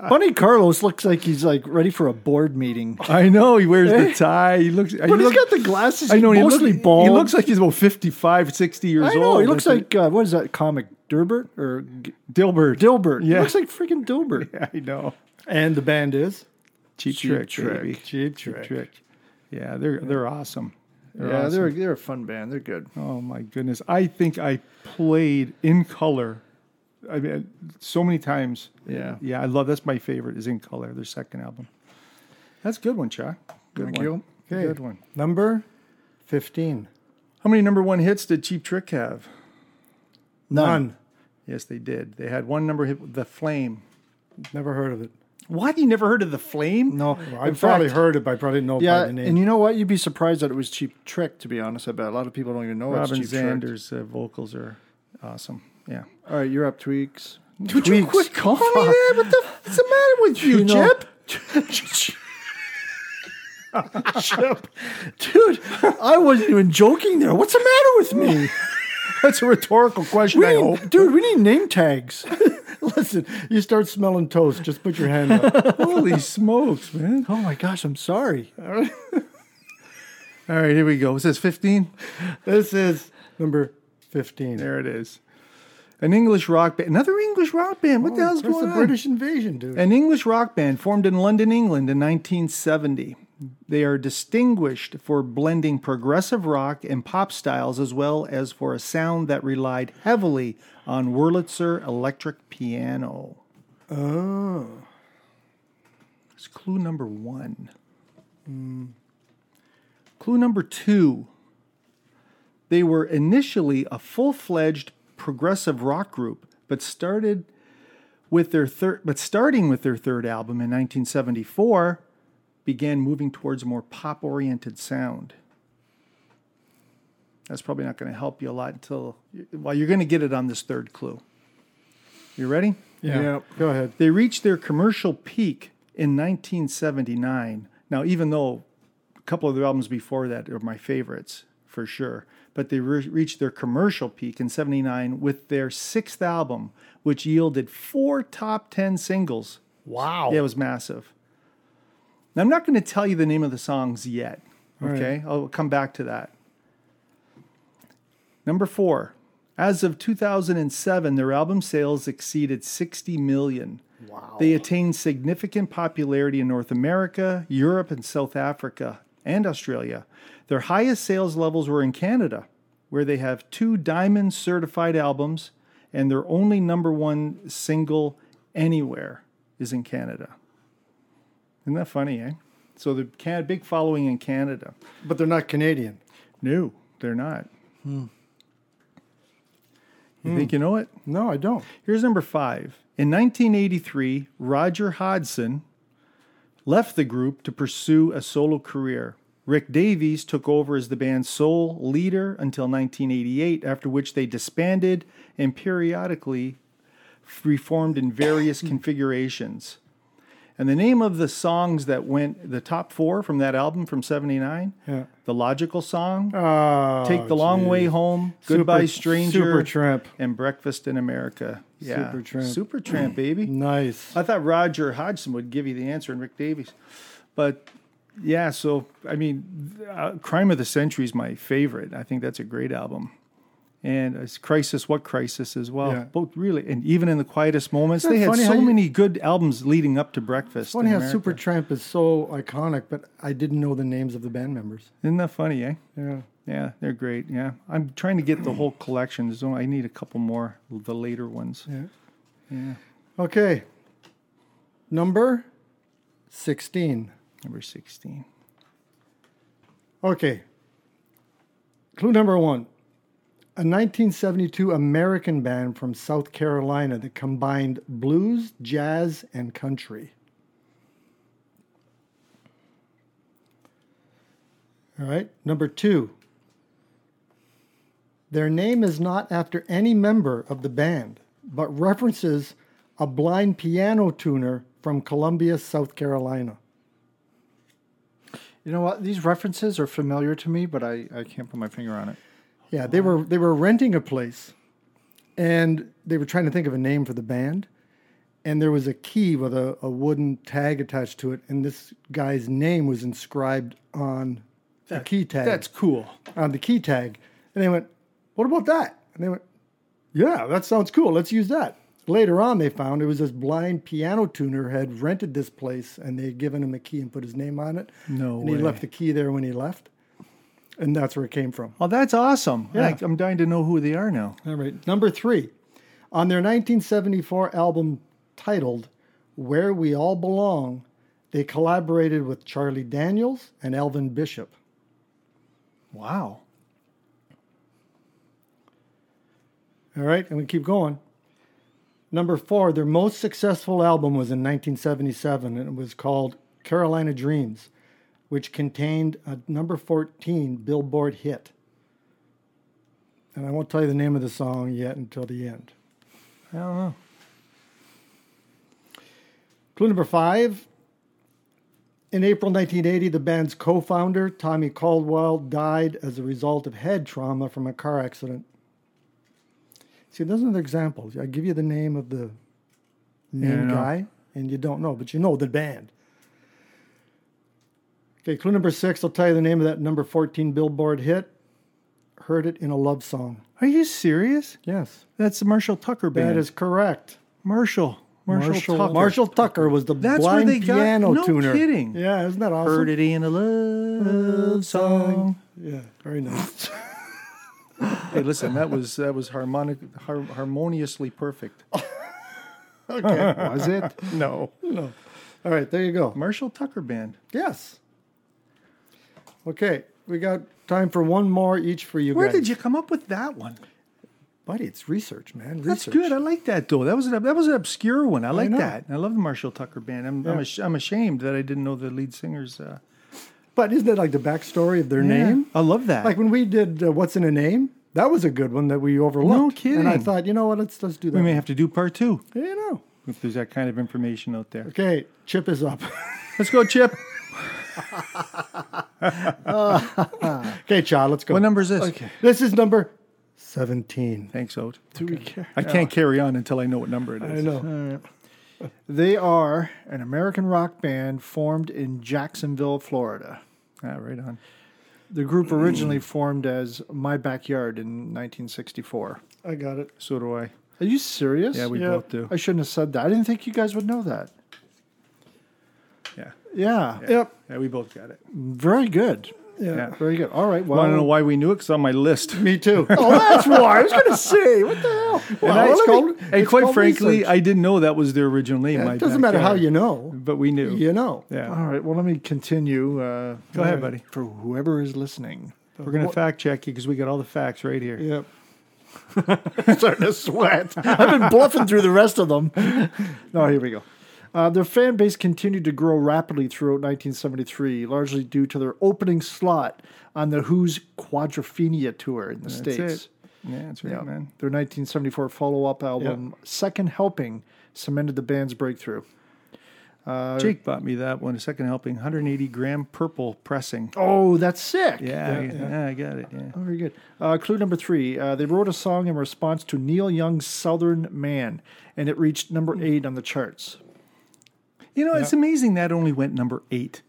Bunny Carlos looks like he's like ready for a board meeting.
I know he wears the tie. He looks.
But he's got the glasses.
I know
he's
he
mostly
looks,
bald.
He looks like he's about 55, 60 years
I know.
old.
He looks
It's
like uh, what is that comic Dilbert or G-
Dilbert.
Dilbert? He
Yeah.
looks like freaking Dilbert.
I know.
And the band is
Cheap,
Cheap
trick,
Trick.
baby.
Cheap
Cheap trick. Yeah, they're they're awesome.
Yeah,
They're awesome.
they're they're a fun band. They're good.
Oh my goodness! I think I played in color. I mean, so many times.
Yeah.
yeah. I love that's my favorite is in color, their second album. That's a good one, Chuck. Good
Thank
one.
you.
Okay.
Good one.
Number fifteen.
How many number one hits did Cheap Trick have?
None.
Yes, they did. They had one number hit, The Flame.
Never heard of it.
What? You never heard of The Flame?
No,
I
in
probably
fact-
heard it, but I probably know
Yeah,
by the name.
and you know what? You'd be surprised that it was Cheap Trick. To be honest, I bet a lot of people don't even know
Robin
it's Cheap Trick.
Zander's uh, vocals are awesome. Yeah.
All right, you're up, Tweaks.
Would you quit calling me that? What the, what's the matter with you,
You know-
Chip?
Dude, I wasn't even joking there. What's the matter with me?
That's a rhetorical question,
We
I
need-
hope.
dude, we need name tags.
Listen, you start smelling toast. Just put your hand up.
Holy smokes, man.
oh my gosh, I'm sorry.
All right, here we go. It says 15.
This is number 15.
There it is. An English rock band. Another English rock band. What the hell's
Where's
going
Oh, the
on?
British invasion, dude?
An English rock band formed in London, England in 1970. They are distinguished for blending progressive rock and pop styles as well as for a sound that relied heavily on Wurlitzer electric piano.
oh.
That's clue number one. Hmm. Clue number two. They were initially a full fledged progressive rock group, but started with their third but starting with their third album in 1974, began moving towards a more pop oriented sound. That's probably not going to help you a lot until well, you're going to get it on this third clue. You ready?
Yeah.
Yep.
Go ahead.
They reached their commercial peak in 1979. Now, even though a couple of their albums before that are my favorites for sure, but they re- reached their commercial peak in 79 with their sixth album, which yielded four top 10 singles.
Wow.
Yeah, it was massive. Now, I'm not going to tell you the name of the songs yet.
right.
Okay. I'll come back to that. Number four, as of 2007, their album sales exceeded 60 million. Wow. They attained significant popularity in North America, Europe, and South Africa, and Australia. Their highest sales levels were in Canada, where they have two diamond certified albums, and their only number one single anywhere is in Canada. Isn't that funny, eh? So the can- big following in Canada.
But they're not Canadian.
No, they're not. You think you know it?
No, I don't.
Here's number five. In 1983, Roger Hodgson left the group to pursue a solo career. Rick Davies took over as the band's sole leader until 1988, after which they disbanded and periodically reformed in various configurations. And the name of the songs that went the top four from that album from '79,
Yeah.
the Logical Song,
Oh,
Take the Long
gee.
Way Home, Goodbye
Super-
Stranger,
Supertramp.
and Breakfast in America. Yeah.
Supertramp.
Supertramp, baby.
Nice.
I thought Roger Hodgson would give you the answer and Rick Davies. But yeah, so, I mean, uh, Crime of the Century is my favorite. I think that's a great album. And it's Crisis, What Crisis as well.
Yeah.
Both really, and even in the quietest moments,
Isn't
they
it
had
funny how
so
you-
many good albums leading up to Breakfast.
Funny
in
how
America.
Supertramp is so iconic, but I didn't know the names of the band members.
Isn't that funny, eh?
Yeah.
Yeah, they're great. Yeah, I'm trying to get the whole collection. So I need a couple more, the later ones.
Yeah. Okay. Number 16.
Number sixteen.
Okay. Clue number one. A 1972 American band from South Carolina that combined blues, jazz, and country. All right. Number two. Their name is not after any member of the band, but references a blind piano tuner from Columbia, South Carolina.
You know what? These references are familiar to me, but I, I can't put my finger on it.
Yeah, they were they were renting a place, and they were trying to think of a name for the band, and there was a key with a, a wooden tag attached to it, and this guy's name was inscribed on the key tag.
That's cool.
on the key tag, and they went, "What about that?" And they went, "Yeah, that sounds cool. Let's use that." Later on, they found it was this blind piano tuner had rented this place, and they had given him a key and put his name on it.
No
and he
way.
left the key there when he left, and that's where it came from.
Oh, that's awesome.
Yeah.
I, I'm dying to know who they are now.
All right. Number three, on their 1974 album titled Where We All Belong, they collaborated with Charlie Daniels and Elvin Bishop.
Wow.
All right. And we keep going. Number four, their most successful album was in 1977, and it was called Carolina Dreams, which contained a number 14 Billboard hit. And I won't tell you the name of the song yet until the end.
I don't know.
Clue number five. In April 1980, the band's co founder, Tommy Caldwell, died as a result of head trauma from a car accident. See, those are the examples. I give you the name of the
Yeah, I
main
know.
guy, and you don't know, but you know the band. Okay, clue number six. I'll tell you the name of that number 14 Billboard hit. Heard it in a love song.
Are you serious?
Yes,
That's the Marshall Tucker band.
that is correct.
Marshall. Marshall, Tucker.
Marshall Tucker was the
That's where
blind
they got-
piano
no
tuner.
kidding.
Yeah, isn't that awesome?
heard it in a love song.
Yeah, very nice.
Hey, listen, that was that was harmonic, har- harmoniously perfect.
okay.
Was it?
no,
No. All right, there you go.
Marshall Tucker band.
Yes. Okay, we got time for one more each for you
Where
guys.
did you come up with that one?
buddy? It's research, man. Research.
That's good. I like that though. That was an, that was an obscure one. I like
know.
that. I love the Marshall Tucker band. I'm I'm,
Yeah.
ash- I'm ashamed that I didn't know the lead singer's uh,
But isn't that like the backstory of their name?
I love that.
Like when we did uh, "What's in a Name," that was a good one that we overlooked. And I
kidding.
thought, you know what? Let's let's do that.
we may have to do part two
you know.
if there's that kind of information out there.
Okay, Chip is up.
Let's go, Chip.
okay, child, let's go.
What number is this?
This is number seventeen.
Thanks, Oat.
Do we care?
I can't carry on until I know what number it is.
I know.
They are an American rock band formed in Jacksonville, Florida.
Ah, right on.
The group originally formed as My Backyard in 1964.
I got it.
So do I.
Are you serious?
Yeah, we
Yeah.
both do.
I shouldn't have said that. I didn't think you guys would know that.
Yeah.
Yeah.
Yep.
Yeah, we both got it.
Very good.
Yeah.
Yeah.
Very good. All right. Well,
Well, I don't know why we knew it. It's on my list.
Me too.
oh, that's why. I was going to say, what the hell?
And
Well,
I-
let me-
and
it's
quite
called
frankly,
research.
I didn't know that was their original name. my
it doesn't matter how
Backyard.
you know.
But we knew.
You know.
Yeah.
all right. Well, let me continue. Uh,
Go ahead, buddy.
For whoever is listening.
We're going to
What-
fact check you because we got all the facts right here.
Yep.
starting to sweat. I've been bluffing through the rest of them. No, here we go. Uh, their fan base continued to grow rapidly throughout 1973, largely due to their opening slot on the Who's Quadrophenia tour in the
That's
States.
it. Yeah, that's right,
Yeah.
man.
Their 1974 follow up album, Second Helping, cemented the band's breakthrough.
Jake bought me that one, a second helping, 180 gram purple pressing.
Oh, that's sick.
Yeah, I, yeah, I got it. Yeah.
Oh, very good. Uh, clue number three. Uh, they wrote a song in response to Neil Young's Southern Man, and it reached
Hmm.
number eight on the charts.
You know, it's amazing that only went number eight.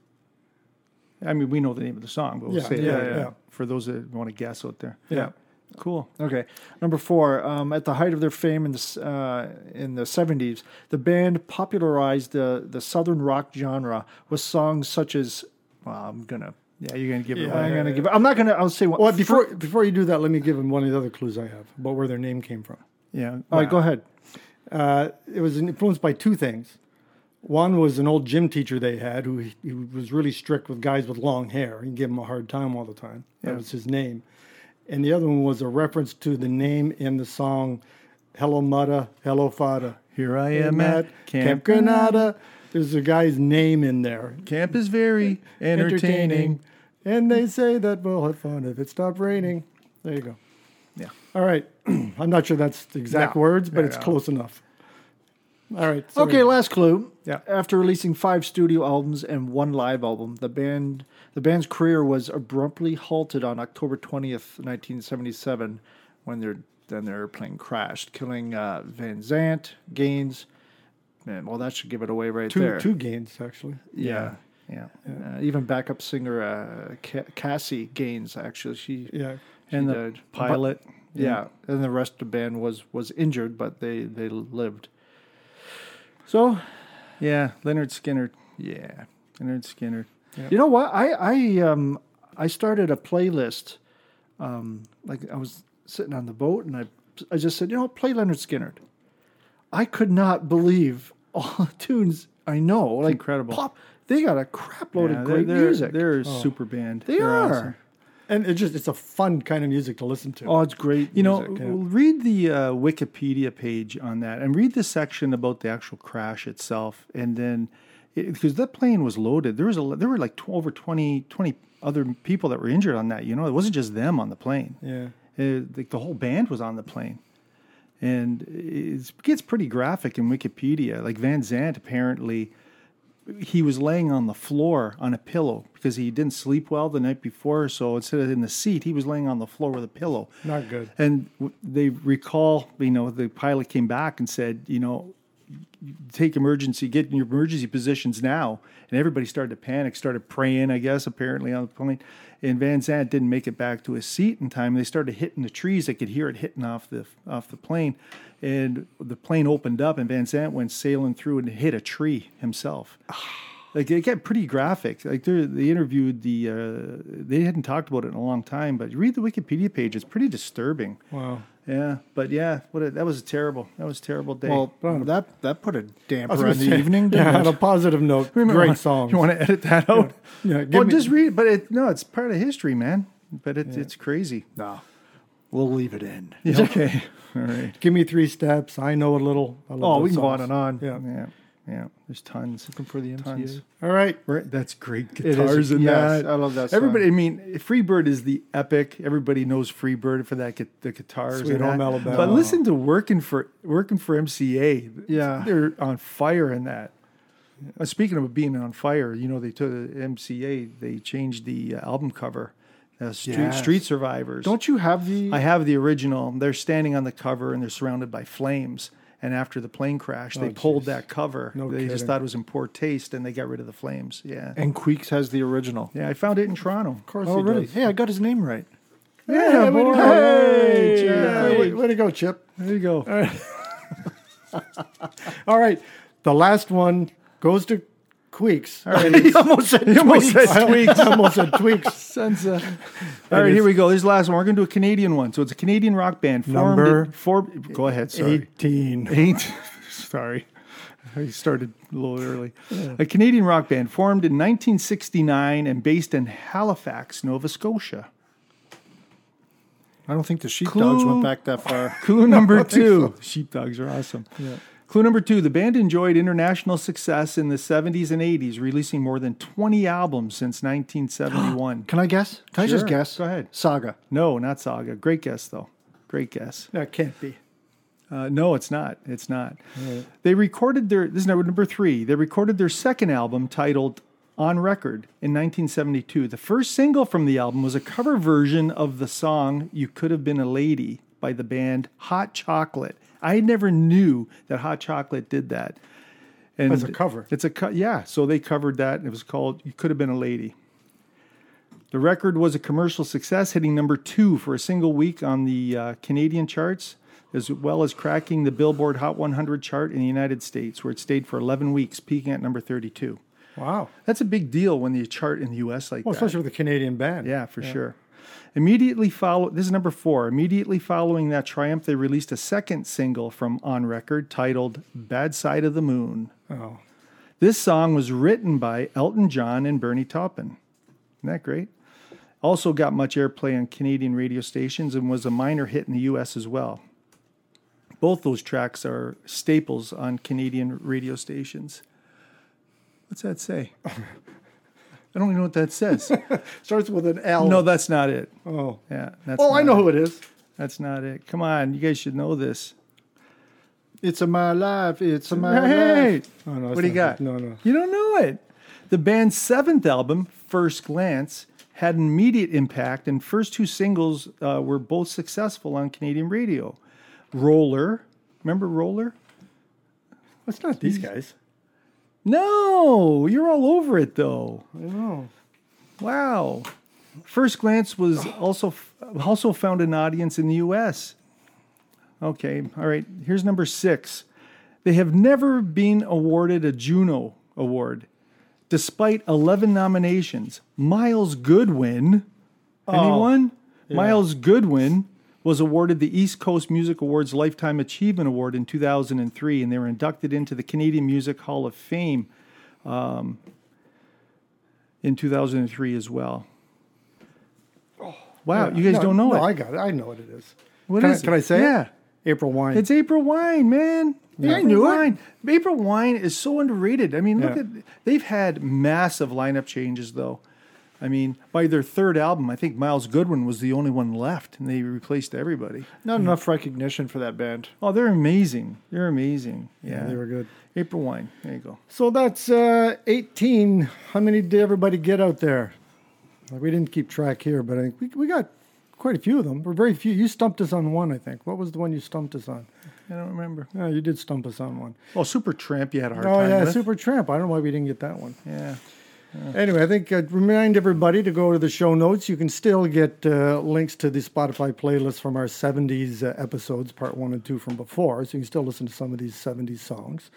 I mean, we know the name of the song, but we'll
Yeah,
say it
yeah,
later.
yeah.
for those that want to guess out there.
Yeah.
Cool.
Okay, number four. Um, at the height of their fame in the s- uh, in the seventies, the band popularized the the southern rock genre with songs such as. Well, I'm gonna.
Yeah, you're going to give it
I'm
away.
gonna give. I'm not gonna. I'll say one.
Well, before before you do that, let me give him one of the other clues I have about where their name came from.
Yeah.
All right, go ahead.
Uh, it was influenced by two things. One was an old gym teacher they had who, who was really strict with guys with long hair and gave them a hard time all the time. That was his name. And the other one was a reference to the name in the song Hello Mutta, Hello Fada.
Here I am at
Camp
Camp
Granada. There's a guy's name in there.
Camp is very entertaining.
And they say that we'll have fun if it stopped raining. There you go.
Yeah.
All right. I'm not sure that's the exact
No.
words, but
No,
it's
no.
close enough. All right. sorry.
Okay, last clue.
Yeah.
After releasing five studio albums and one live album, the band the band's career was abruptly halted on October twentieth, nineteen seventy seven, when their then their airplane crashed, killing uh, Van Zant, Gaines. Man, well, that should give it away right
Two
there.
two gains actually.
yeah.
Yeah.
Uh, even backup singer uh, Ca- Cassie Gaines, actually, she
Yeah.
And the
died.
pilot.
yeah, and the rest of the band was was injured, but they they lived. So
Yeah. Leonard Skinner.
yeah,
Leonard Skinner.
You know what? I I um I started a playlist. Um, like I was sitting on the boat and I I just said, you know, play Leonard Skinner. I could not believe all the tunes I know. Like
incredible.
Pop, they got a crap load
Yeah,
of
they're-
great
they're,
music. Oh.
They're a super band.
They
They're
are.
awesome.
And it just it's a fun kind of music to listen to.
Oh, it's great.
You know,
music.
read the uh, Wikipedia page on that and read the section about the actual crash itself. And then, because that plane was loaded, there was a, there were like tw- over 20, 20 other people that were injured on that. You know, it wasn't just them on the plane.
Yeah.
Uh, like the whole band was on the plane. And it's- it gets pretty graphic in Wikipedia. Like Van Zant, apparently, he was laying on the floor on a pillow because he didn't sleep well the night before. So instead of in the seat, he was laying on the floor with a pillow.
Not good.
And w- they recall, you know, the pilot came back and said, you know, take emergency, get in your emergency positions now. And everybody started to panic, started praying, I guess, apparently on the plane. And Van Zant didn't make it back to his seat in time. They started hitting the trees. They could hear it hitting off the off the plane. And the plane opened up, and Van Zant went sailing through and hit a tree himself. Like it got pretty graphic. Like they're- they interviewed the, uh, they hadn't talked about it in a long time, but you read the Wikipedia page. It's pretty disturbing.
Wow.
Yeah, but yeah, what a, that was a terrible, that was a terrible day.
well, that that put a
I was
damper
gonna
on the
say,
evening. didn't
Yeah, on
it?
a positive note,
wanna-
great songs.
You want to edit that out?
Yeah, give
well,
me-
just read. But it, no, it's part of history, man. But it, it's crazy.
No, we'll leave it in.
Yeah, okay. All right.
Give me three steps. I know a little. I love
Oh, we
those
can go on
songs.
and on.
Yeah.
Yeah. Yeah. There's tons. Looking
for the MCU.
All right.
Right. That's great
is-
guitars in
yes,
that.
I love that song.
Everybody. I mean, Freebird is the epic. Everybody knows Freebird for that. gu- The guitars.
Sweet
and
Home
that.
Alabama.
But listen to working for working for MCA.
Yeah.
They're on fire in that. Uh, Speaking of being on fire, you know they took uh, MCA. They changed the uh, album cover. Uh, street,
Yes.
street Survivors.
Don't you have the?
I have the original. They're standing on the cover and they're surrounded by flames. And after the plane crash, they pulled that cover.
Oh, No
they just
kidding.
thought it was in poor taste, and they got rid of the flames. Yeah,
And Queeks has the original.
yeah. I found it in Toronto.
Of course
Oh,
he
really?
does.
Hey, I got his name right.
Yeah, way, to
boy.
go.
Hey,
Yeah,
Chip.
way- way to go, Chip.
There you go.
All right. The last one goes to Queeks.
he almost said he almost
Tweaks. I tweaks. almost said tweaks.
Senza. uh, All right, here we go. This is the last one. We're going to do a Canadian one. So it's a Canadian rock band formed.
Number
in- four, go ahead. Sorry.
18.
Eight. sorry. I started a little early. A Canadian rock band formed in 1969 and based in Halifax, Nova Scotia.
I don't think the sheepdogs
Clue.
went back that far.
Clue number two. Sheepdogs are awesome. Clue number two. The band enjoyed international success in the 70s and 80s, releasing more than 20 albums since 1971.
Can I guess? Can I just
Sure.
guess?
Go ahead.
Saga.
no, not Saga. Great guess, though. Great guess.
That can't be.
Uh, no, it's not. It's not. They recorded their, this is number, number three, they recorded their second album titled On Record in 1972. The first single from the album was a cover version of the song You Could Have Been a Lady by the band Hot Chocolate. I never knew that Hot Chocolate did that. And
As a cover.
It's a co- yeah. So they covered that, and it was called "You Could Have Been a Lady." The record was a commercial success, hitting number two for a single week on the uh, Canadian charts, as well as cracking the Billboard Hot 100 chart in the United States, where it stayed for 11 weeks, peaking at number 32.
Wow.
That's a big deal when you chart in the U.S. like
Well,
that.
especially with a Canadian band.
Yeah, for sure. Immediately follow this is number four. Immediately following that triumph, they released a second single from On Record titled "Bad Side of the Moon."
Oh.
This song was written by Elton John and Bernie Taupin. Isn't that great? Also got much airplay on Canadian radio stations and was a minor hit in the U.S. as well. Both those tracks are staples on Canadian radio stations. What's that say? I don't even know what that says.
Starts with an L.
No, that's not it.
Oh.
Yeah. That's
Oh, I
not
know
it.
who it is.
That's not it. Come on, you guys should know this.
It's a my life. It's a my
Hey,
life.
Oh, no, it's
what do you
not-
got?
No, no.
You don't know it. The band's seventh album, First Glance, had an immediate impact, and first two singles uh, were both successful on Canadian radio. Roller, remember Roller?
It's not these guys.
No, you're all over it though.
No.
Wow. First Glance was
Oh.
also also found an audience in the US. Okay, all right. Here's number 6. They have never been awarded a Juno award despite 11 nominations. Miles Goodwin,
Oh,
anyone? Miles Goodwin was awarded the East Coast Music Awards Lifetime Achievement Award in 2003 and they were inducted into the Canadian Music Hall of Fame um, in 2003 as well. Wow, Oh, you guys
Oh, No,
don't know
no,
it.
I got it. I know what it is.
What
can
is
I, Can
it?
I say it?
Yeah.
April Wine.
It's April Wine, man.
Yeah, I
April
knew it.
Wine. April Wine is so underrated. I mean, look
Yeah.
at they've had massive lineup changes though. I mean, by their third album, I think Miles Goodwin was the only one left, and they replaced everybody.
Not enough recognition for that band.
Oh, they're amazing! They're amazing. Yeah,
they were good.
April Wine. There you go.
So that's uh, 18. How many did everybody get out there? Like, we didn't keep track here, but I think we, we got quite a few of them. Or very few. You stumped us on one, I think. What was the one you stumped us on?
I don't remember.
Yeah, you did stump us on one.
Oh, Super Tramp, you had a hard
Oh,
time
yeah,
with.
Super Tramp. I don't know why we didn't get that one.
yeah.
Anyway, I think I'd remind everybody to go to the show notes. You can still get uh, links to the Spotify playlist from our 70s uh, episodes, part one and two from before. So you can still listen to some of these 70s songs.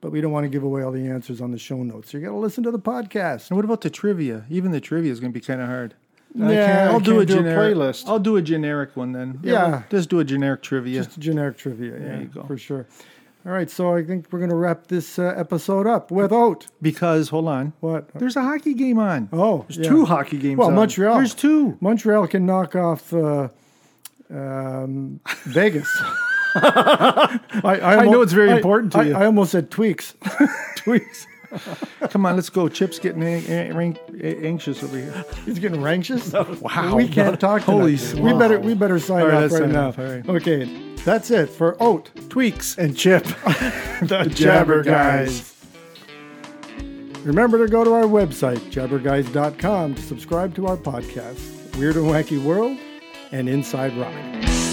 But we don't want to give away all the answers on the show notes. You got to listen to the podcast.
And what about the trivia? Even the trivia is going to be kind of hard.
I can't- I
I'll do a
can't do a
generic
playlist.
I'll do a generic one then.
Yeah.
we'll just do a generic trivia.
Just generic trivia. There yeah,
you go.
For sure. All right. So I think we're going to wrap this uh, episode up without
because hold on,
what?
there's a hockey game on.
Oh,
There's
yeah.
two hockey games.
Well,
on.
Montreal.
There's two.
Montreal can knock off uh, um, Vegas. I, I,
know it's very important to
I-
you.
I almost said tweaks. tweaks.
Come on, let's go. Chip's getting an- an- an- anxious over here.
He's getting anxious.
Wow.
We can't talk.
Holy
tonight.
smokes.
We better. We better sign
All right,
off
let's
right
sign
now.
off. All right.
Okay, that's it for Oat
Tweaks.
and Chip, the
Jabber Guys.
Remember to go to our website, jabberguys.com, to subscribe to our podcasts, Weird and Wacky World and Inside Rock.